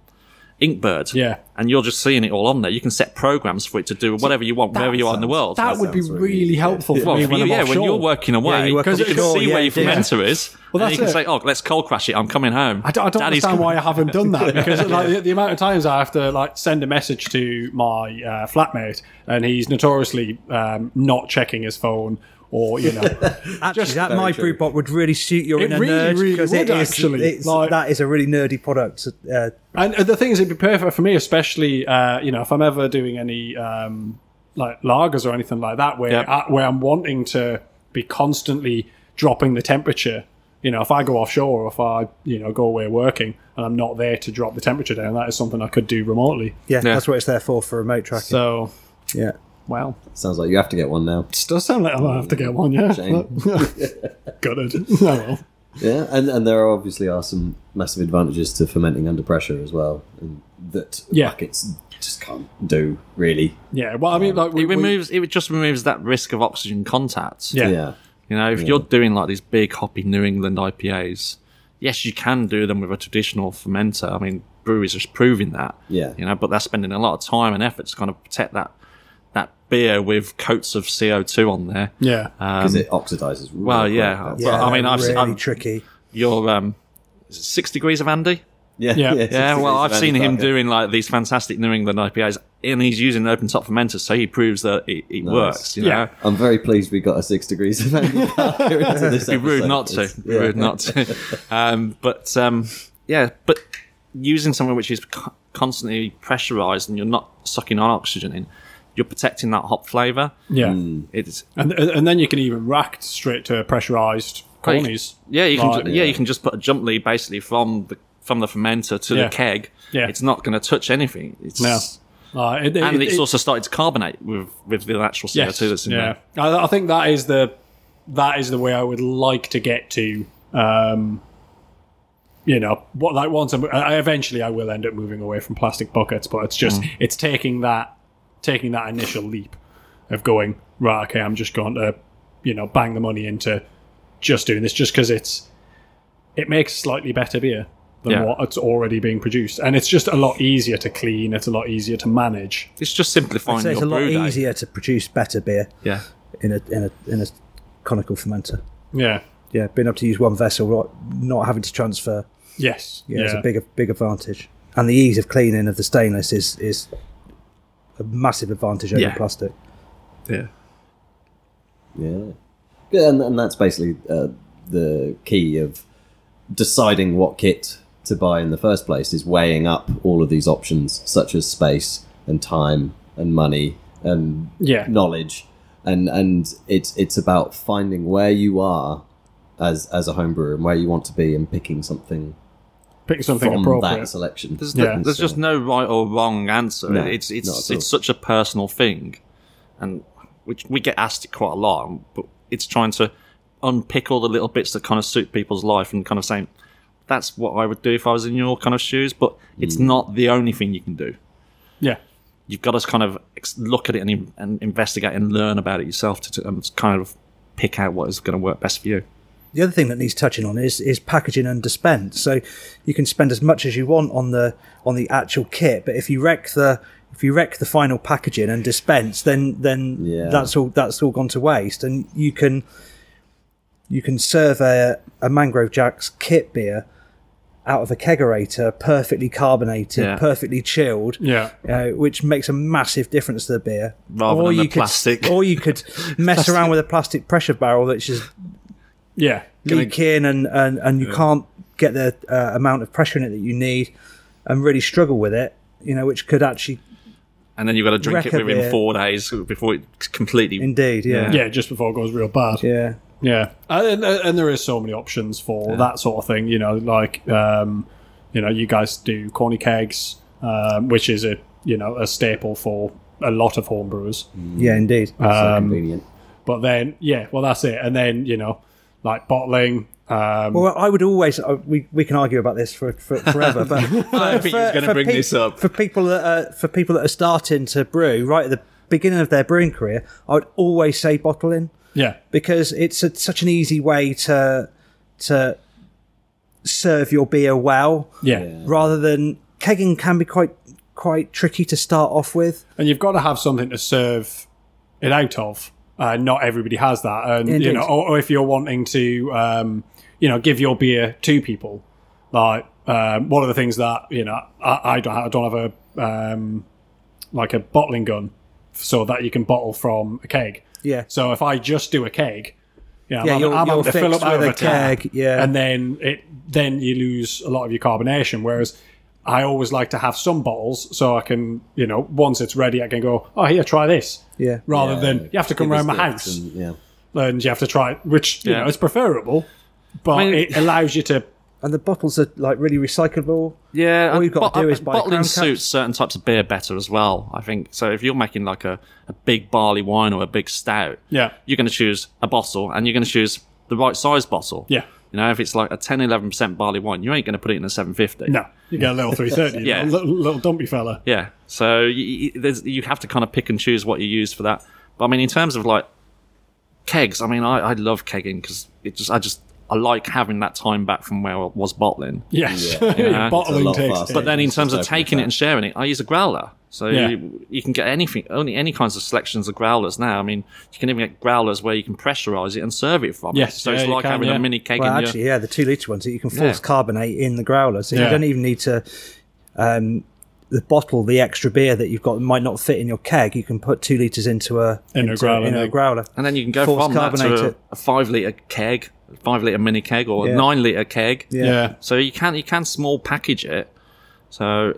Speaker 5: Inkbird,
Speaker 3: Yeah.
Speaker 5: and you're just seeing it all on there. You can set programs for it to do whatever you want, wherever you are in the world.
Speaker 3: that would be
Speaker 2: sounds
Speaker 3: really,
Speaker 2: really easy.
Speaker 3: helpful for
Speaker 5: Well,
Speaker 3: me
Speaker 5: for
Speaker 3: when
Speaker 5: you,
Speaker 3: I'm
Speaker 5: yeah,
Speaker 3: offshore.
Speaker 5: when you're working away,
Speaker 4: you work
Speaker 5: because you, can
Speaker 4: offshore,
Speaker 5: see
Speaker 4: yeah,
Speaker 5: where your
Speaker 4: yeah.
Speaker 5: fermenter is,
Speaker 3: Well,
Speaker 5: and
Speaker 3: that's
Speaker 5: you can
Speaker 3: it.
Speaker 5: say, "Oh, let's cold crash it. I'm coming home."
Speaker 3: I don't, I don't understand why I haven't done that because like the, the amount of times I have to like send a message to my uh, flatmate and he's notoriously um, not checking his phone or you know
Speaker 4: Actually, that my
Speaker 2: true.
Speaker 4: brewbot would really suit your
Speaker 3: It
Speaker 4: inner
Speaker 3: really,
Speaker 4: nerd
Speaker 3: really
Speaker 4: it
Speaker 3: would,
Speaker 4: is-
Speaker 3: actually.
Speaker 4: it's-
Speaker 3: Like-
Speaker 4: that is a really nerdy product. Uh,
Speaker 3: And the thing is, it'd be perfect for me, especially uh, you know if I'm ever doing any um, like lagers or anything like that, where
Speaker 5: Yep.
Speaker 3: I, where I'm wanting to be constantly dropping the temperature. You know, if I go offshore or if I you know go away working and I'm not there to drop the temperature down, that is something I could do remotely.
Speaker 4: yeah, that's what it's there for for remote tracking.
Speaker 3: So
Speaker 4: yeah.
Speaker 3: well,
Speaker 2: Sounds like you have to get one now.
Speaker 3: it does sound like I might have to get one. Yeah,
Speaker 2: Shame.
Speaker 3: got it. Oh, well.
Speaker 2: Yeah, and, and there obviously are some massive advantages to fermenting under pressure as well, and that
Speaker 3: Yeah.
Speaker 2: buckets just can't do really.
Speaker 3: Yeah. Well, I mean, like we,
Speaker 5: It
Speaker 3: we-
Speaker 5: removes. It just removes that risk of oxygen contact.
Speaker 3: Yeah.
Speaker 2: Yeah,
Speaker 5: You know, if you're doing like these big hoppy New England IPAs, yes, you can do them with a traditional fermenter. I mean, breweries are proving that.
Speaker 2: Yeah.
Speaker 5: You know, but they're spending a lot of time and effort to kind of protect that that beer with coats of CO2 on there. Um,
Speaker 3: yeah.
Speaker 2: because it oxidizes. Really
Speaker 5: Well,
Speaker 2: quick.
Speaker 5: yeah.
Speaker 4: Yeah,
Speaker 5: well, I mean, I've,
Speaker 4: really
Speaker 5: I'm,
Speaker 4: tricky.
Speaker 5: you're um, is it six degrees of Andy.
Speaker 2: yeah,
Speaker 3: Yeah.
Speaker 2: six
Speaker 5: Yeah, well, I've
Speaker 2: degrees
Speaker 5: seen
Speaker 2: Andy
Speaker 5: him
Speaker 2: Parker.
Speaker 5: doing like these fantastic New England IPAs, and he's using open top fermenters, so he proves that it, it works. You know,
Speaker 3: Yeah.
Speaker 2: I'm very pleased we got a six degrees of Andy Parker into this
Speaker 5: be rude
Speaker 2: episode.
Speaker 5: not to.
Speaker 2: It's-
Speaker 5: Be Rude not to. um, but um, yeah, but using something which is co- constantly pressurized and you're not sucking on oxygen in, you're protecting that hop flavor.
Speaker 3: yeah.
Speaker 5: It's
Speaker 3: And and then you can even rack straight to pressurized
Speaker 5: Well, you-
Speaker 3: cornies.
Speaker 5: Yeah, you can.
Speaker 3: Right.
Speaker 5: ju- yeah. you can just put a jump lead basically from the from the fermenter to
Speaker 3: Yeah.
Speaker 5: the keg.
Speaker 3: Yeah.
Speaker 5: it's not going to touch anything. It's,
Speaker 3: No. Uh, it- it-
Speaker 5: And
Speaker 3: it-
Speaker 5: it's also started to carbonate with with the actual CO2 that's in there.
Speaker 3: yeah. I, I think that is the that is the way I would like to get to. Um, you know what like once I'm, I eventually I will end up moving away from plastic buckets, but it's just it's taking that taking that initial leap of going right. Okay, I'm just going to you know bang the money into just doing this just because it's it makes slightly better beer than
Speaker 5: Yeah.
Speaker 3: what it's already being produced, and it's just a lot easier to clean. It's a lot easier to manage.
Speaker 5: It's just simplifying
Speaker 4: So it's
Speaker 5: your
Speaker 4: a lot
Speaker 5: brew day.
Speaker 4: easier to produce better beer
Speaker 5: Yeah.
Speaker 4: in a in a in a conical fermenter.
Speaker 3: Yeah.
Speaker 4: Yeah, being able to use one vessel, right, not having to transfer,
Speaker 3: Yes.
Speaker 4: yeah, is a big big advantage. And the ease of cleaning of the stainless is is a massive advantage over
Speaker 5: Yeah.
Speaker 4: plastic.
Speaker 5: Yeah.
Speaker 2: Yeah. Good, and, and that's basically uh, the key of deciding what kit to buy in the first place is weighing up all of these options, such as space and time and money and
Speaker 3: Yeah.
Speaker 2: knowledge, and and it's it's about finding where you are as as a homebrewer and where you want to be and picking something
Speaker 3: Pick something
Speaker 2: from
Speaker 3: appropriate.
Speaker 2: that selection.
Speaker 5: There's,
Speaker 3: Yeah.
Speaker 5: no, there's just no right or wrong answer.
Speaker 2: No,
Speaker 5: it's
Speaker 2: not
Speaker 5: it's
Speaker 2: at all.
Speaker 5: it's such a personal thing, and which we get asked it quite a lot. But it's trying to unpick all the little bits that kind of suit people's life and kind of saying that's what I would do if I was in your kind of shoes. But it's
Speaker 2: Mm.
Speaker 5: not the only thing you can do.
Speaker 3: yeah.
Speaker 5: You've got to kind of ex- look at it and, in- and investigate and learn about it yourself to, to um, kind of pick out what is going to work best for you.
Speaker 4: The other thing that needs touching on is is packaging and dispense. So you can spend as much as you want on the on the actual kit, but if you wreck the if you wreck the final packaging and dispense, then then
Speaker 2: Yeah.
Speaker 4: that's all that's all gone to waste. And you can you can serve a, a mangrove jack's kit beer out of a kegerator, perfectly carbonated,
Speaker 5: Yeah.
Speaker 4: perfectly chilled,
Speaker 3: Yeah.
Speaker 4: uh, which makes a massive difference to the beer.
Speaker 5: Rather than the
Speaker 4: could,
Speaker 5: plastic.
Speaker 4: Or you could mess around with a plastic pressure barrel that's just
Speaker 3: Yeah.
Speaker 4: leak in and, and, and you can't get the uh, amount of pressure in it that you need and really struggle with it, you know, which could actually,
Speaker 5: And then you've got to drink
Speaker 4: Wreck
Speaker 5: it
Speaker 4: a
Speaker 5: within
Speaker 4: beer.
Speaker 5: four days before it completely.
Speaker 4: indeed, yeah.
Speaker 3: Yeah. Just before it goes real bad.
Speaker 4: Yeah.
Speaker 3: Yeah, and, and- and there is so many options for that sort of thing. You know, like um, you know, you guys do corny kegs, um, which is a you know a staple for a lot of homebrewers.
Speaker 2: Mm.
Speaker 4: Yeah, indeed.
Speaker 5: Uh,
Speaker 2: so
Speaker 3: Um,
Speaker 2: convenient.
Speaker 3: But then, yeah, well, that's it. And then you know, like bottling. Um,
Speaker 4: well, I would always, uh, we, we can argue about this for, for forever, but
Speaker 5: I think he was going to bring
Speaker 4: peop-
Speaker 5: this up.
Speaker 4: for people that are, for people that are starting to brew right at the beginning of their brewing career, I would always say bottling.
Speaker 3: yeah,
Speaker 4: because it's a, such an easy way to to serve your beer well
Speaker 3: yeah,
Speaker 4: rather than kegging can be quite quite tricky to start off with
Speaker 3: and you've got to have something to serve it out of. Uh, not everybody has that, and you
Speaker 4: Indeed.
Speaker 3: know, or, or if you're wanting to, um, you know, give your beer to people, like um, one of the things that you know, I, I don't, I don't have a um, like a bottling gun, so that you can bottle from a keg.
Speaker 4: yeah
Speaker 3: So if I just do a keg, you know,
Speaker 4: Yeah,
Speaker 3: I'm,
Speaker 4: you're-
Speaker 3: I'm
Speaker 4: you're
Speaker 3: able to fill up
Speaker 4: fixed
Speaker 3: out of
Speaker 4: with
Speaker 3: a
Speaker 4: a keg,
Speaker 3: tap,
Speaker 4: yeah.
Speaker 3: and then it then you lose a lot of your carbonation. Whereas I always like to have some bottles so I can, you know, once it's ready, I can go, oh here, try this,
Speaker 4: yeah
Speaker 3: rather
Speaker 2: Yeah.
Speaker 3: than you have to come
Speaker 2: Give us
Speaker 3: round my
Speaker 2: gifts
Speaker 3: house
Speaker 2: and- yeah.
Speaker 3: and you have to try, it, which you
Speaker 5: Yeah.
Speaker 3: know it's preferable, but
Speaker 5: mean-
Speaker 3: it allows you to.
Speaker 4: and the bottles are like really recyclable
Speaker 5: Yeah,
Speaker 4: All
Speaker 5: and
Speaker 4: you've got to
Speaker 5: bo-
Speaker 4: do is
Speaker 5: and
Speaker 4: buy
Speaker 5: bottling
Speaker 4: crown
Speaker 5: suits
Speaker 4: caps.
Speaker 5: certain types of beer better as well. I think so. If you're making like a, a big barley wine or a big stout,
Speaker 3: Yeah.
Speaker 5: you're going to choose a bottle and you're going to choose the right size bottle.
Speaker 3: Yeah.
Speaker 5: you know, if it's like a 10 11 percent barley wine, you ain't going to put it in a 750.
Speaker 3: No, you get a little three thirty,
Speaker 5: Yeah.
Speaker 3: yeah, little, little dumpy fella.
Speaker 5: Yeah, so you, you, there's- you have to kind of pick and choose what you use for that. But I mean, in terms of like kegs, I mean, I, I love kegging because it just I just I like having that time back from where I was bottling.
Speaker 3: Yes,
Speaker 5: Yeah.
Speaker 2: It's a
Speaker 3: bottling
Speaker 2: lot
Speaker 3: takes.
Speaker 2: faster.
Speaker 5: But then, in
Speaker 2: It's
Speaker 5: terms
Speaker 2: just
Speaker 5: of
Speaker 2: open
Speaker 5: taking
Speaker 2: it
Speaker 5: it and sharing it, I use a growler. So
Speaker 3: Yeah.
Speaker 5: you, you can get anything, only any kinds of selections of growlers now. I mean, you can even get growlers where you can pressurize it and serve it from.
Speaker 3: Yes,
Speaker 5: it. so
Speaker 3: yeah,
Speaker 5: it's
Speaker 3: you
Speaker 5: like
Speaker 3: can,
Speaker 5: having
Speaker 3: yeah.
Speaker 5: a mini keg.
Speaker 4: well
Speaker 5: in
Speaker 4: actually
Speaker 5: your,
Speaker 4: yeah the two litre ones that you can force
Speaker 5: Yeah.
Speaker 4: carbonate in the growler so you
Speaker 3: Yeah.
Speaker 4: don't even need to um the bottle the extra beer that you've got might not fit in your keg you can put two litres into a
Speaker 3: In a
Speaker 4: into-
Speaker 3: growler,
Speaker 4: into a
Speaker 3: yeah.
Speaker 4: growler
Speaker 5: and then you can go
Speaker 4: force
Speaker 5: from that
Speaker 4: carbonate
Speaker 5: to a,
Speaker 4: it.
Speaker 5: a five liter keg, a five liter mini keg, or
Speaker 4: Yeah.
Speaker 5: a nine liter keg.
Speaker 4: Yeah.
Speaker 3: Yeah,
Speaker 5: So you can you can small package it. So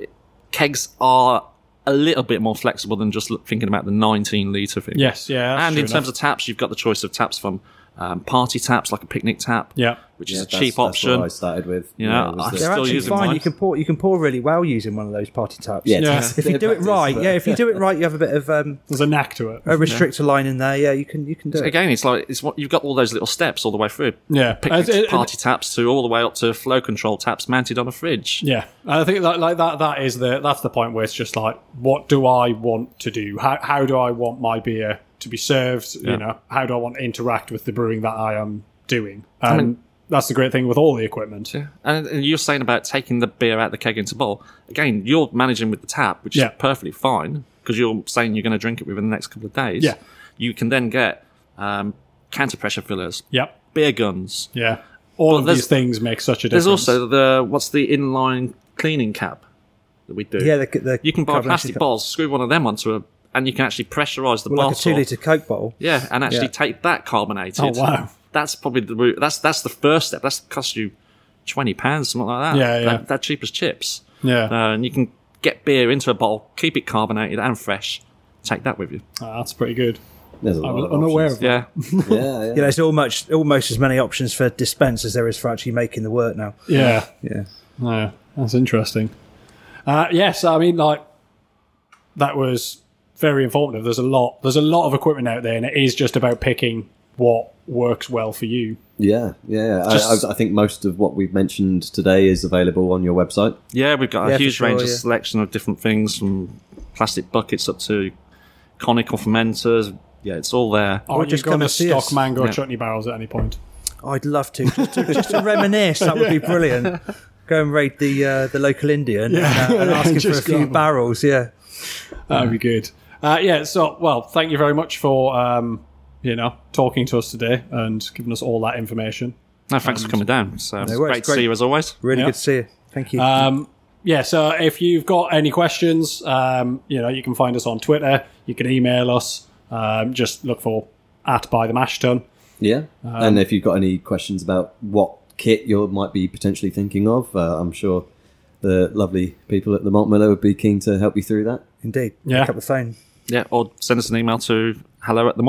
Speaker 5: kegs are a little bit more flexible than just look- thinking about the 19 liter thing.
Speaker 3: yes, yeah, that's
Speaker 5: and in
Speaker 3: true
Speaker 5: terms
Speaker 3: enough.
Speaker 5: of taps, you've got the choice of taps from um, party taps, like a picnic tap.
Speaker 3: yeah.
Speaker 5: which
Speaker 2: Yeah,
Speaker 5: is a
Speaker 2: that's-
Speaker 5: cheap
Speaker 2: that's what
Speaker 5: option.
Speaker 2: I started with.
Speaker 5: You know,
Speaker 2: was
Speaker 5: I
Speaker 2: the-
Speaker 5: still
Speaker 4: They're actually
Speaker 5: using
Speaker 4: fine.
Speaker 5: mine.
Speaker 4: You can pour. You can pour really well using one of those party taps.
Speaker 2: yeah,
Speaker 3: Yeah.
Speaker 2: it's-
Speaker 4: If you do it
Speaker 2: practice,
Speaker 4: right,
Speaker 2: but-
Speaker 4: yeah. If you do it right, you have a bit of um,
Speaker 3: There's a knack to it.
Speaker 4: a restrictor line in there. Yeah, you can. You can do it.
Speaker 5: Again, it's like it's what you've got all those little steps all the way through.
Speaker 3: Yeah.
Speaker 5: picnic
Speaker 3: Uh, it- it-
Speaker 5: party taps to all the way up to flow control taps mounted on a fridge.
Speaker 3: Yeah, and I think that like that that is the that's the point where it's just like, what do I want to do? How how do I want my beer to be served? You know, how do I want to interact with the brewing that I am doing? And that's the great thing with all the equipment. Yeah,
Speaker 5: And, and you're saying about taking the beer out the keg into bowl. Again, you're managing with the tap, which
Speaker 3: Yeah.
Speaker 5: is perfectly fine because you're saying you're going to drink it within the next couple of days.
Speaker 3: Yeah.
Speaker 5: You can then get um, counter pressure fillers,
Speaker 3: Yep.
Speaker 5: beer guns.
Speaker 3: Yeah. All of
Speaker 5: there's-
Speaker 3: these things make such a difference.
Speaker 5: There's also the what's the inline cleaning cap that we do.
Speaker 4: Yeah, the, the
Speaker 5: you can buy
Speaker 4: carbonation
Speaker 5: plastic
Speaker 4: cup-
Speaker 5: bottles, screw one of them onto a, and you can actually pressurize the
Speaker 4: well,
Speaker 5: bottle.
Speaker 4: like a two liter Coke bottle.
Speaker 5: Yeah, and actually
Speaker 4: Yeah.
Speaker 5: take that carbonated.
Speaker 3: Oh, wow.
Speaker 5: That's probably the route. That's that's the first step. That's cost you twenty pounds, something like that.
Speaker 3: Yeah, yeah.
Speaker 5: That, that cheap as chips.
Speaker 3: yeah,
Speaker 5: Uh, and you can get beer into a bottle, keep it carbonated and fresh. Take that with you.
Speaker 4: Oh.
Speaker 3: Ah, that's pretty good.
Speaker 2: There's a
Speaker 3: I
Speaker 2: lot
Speaker 3: was
Speaker 2: of
Speaker 3: unaware
Speaker 2: options.
Speaker 3: of that.
Speaker 5: Yeah,
Speaker 2: Yeah, yeah.
Speaker 4: You know, it's almost almost as many options for dispense as there is for actually making the work now.
Speaker 3: Yeah,
Speaker 4: Yeah.
Speaker 3: yeah, that's interesting. Uh, yes, I mean like that was very informative. There's a lot. There's a lot of equipment out there, and it is just about picking what works well for you.
Speaker 2: Yeah, yeah. I-
Speaker 5: Just-
Speaker 2: I, I think most of what we've mentioned today is available on your website.
Speaker 5: yeah. We've got a
Speaker 4: Yeah, for
Speaker 5: huge
Speaker 4: sure,
Speaker 5: range of
Speaker 4: yeah.
Speaker 5: selection of different things, from plastic buckets up to conical fermenters. Yeah, it's all there.
Speaker 3: Or
Speaker 4: just
Speaker 3: you
Speaker 4: come
Speaker 3: going to
Speaker 4: and see
Speaker 3: stock
Speaker 4: us.
Speaker 3: mango
Speaker 5: Yeah.
Speaker 3: chutney barrels at any point?
Speaker 4: I'd love to just to, just to reminisce. That would be brilliant. Go and raid the uh, the local Indian and, uh, and ask him for a
Speaker 3: Just go
Speaker 4: few
Speaker 3: on.
Speaker 4: barrels. Yeah.
Speaker 3: That'd be good. Uh, yeah. So, well, thank you very much for um, you know talking to us today and giving us all that information.
Speaker 5: No, thanks for coming down. So it's
Speaker 4: worries,
Speaker 5: great to
Speaker 4: great.
Speaker 5: see you as always.
Speaker 4: Really
Speaker 3: Yeah.
Speaker 4: good to see you. Thank you.
Speaker 3: Um, yeah. So, if you've got any questions, um, you know, you can find us on Twitter. You can email us. Um, just look for at by the mash tun.
Speaker 2: Yeah,
Speaker 3: Um,
Speaker 2: and if you've got any questions about what kit you might be potentially thinking of, uh, I'm sure the lovely people at the Montmiller would be keen to help you through that.
Speaker 4: Indeed.
Speaker 3: yeah.
Speaker 4: Pick up the phone.
Speaker 5: Yeah, or send us an email to hello at the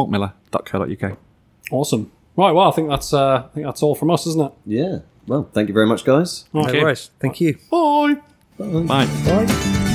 Speaker 3: Awesome. Right. Well, I think that's uh, I think that's all from us, isn't it?
Speaker 2: Yeah. Well, thank you very much, guys.
Speaker 4: No worries. Thank you.
Speaker 3: Bye.
Speaker 5: Bye.
Speaker 4: Bye.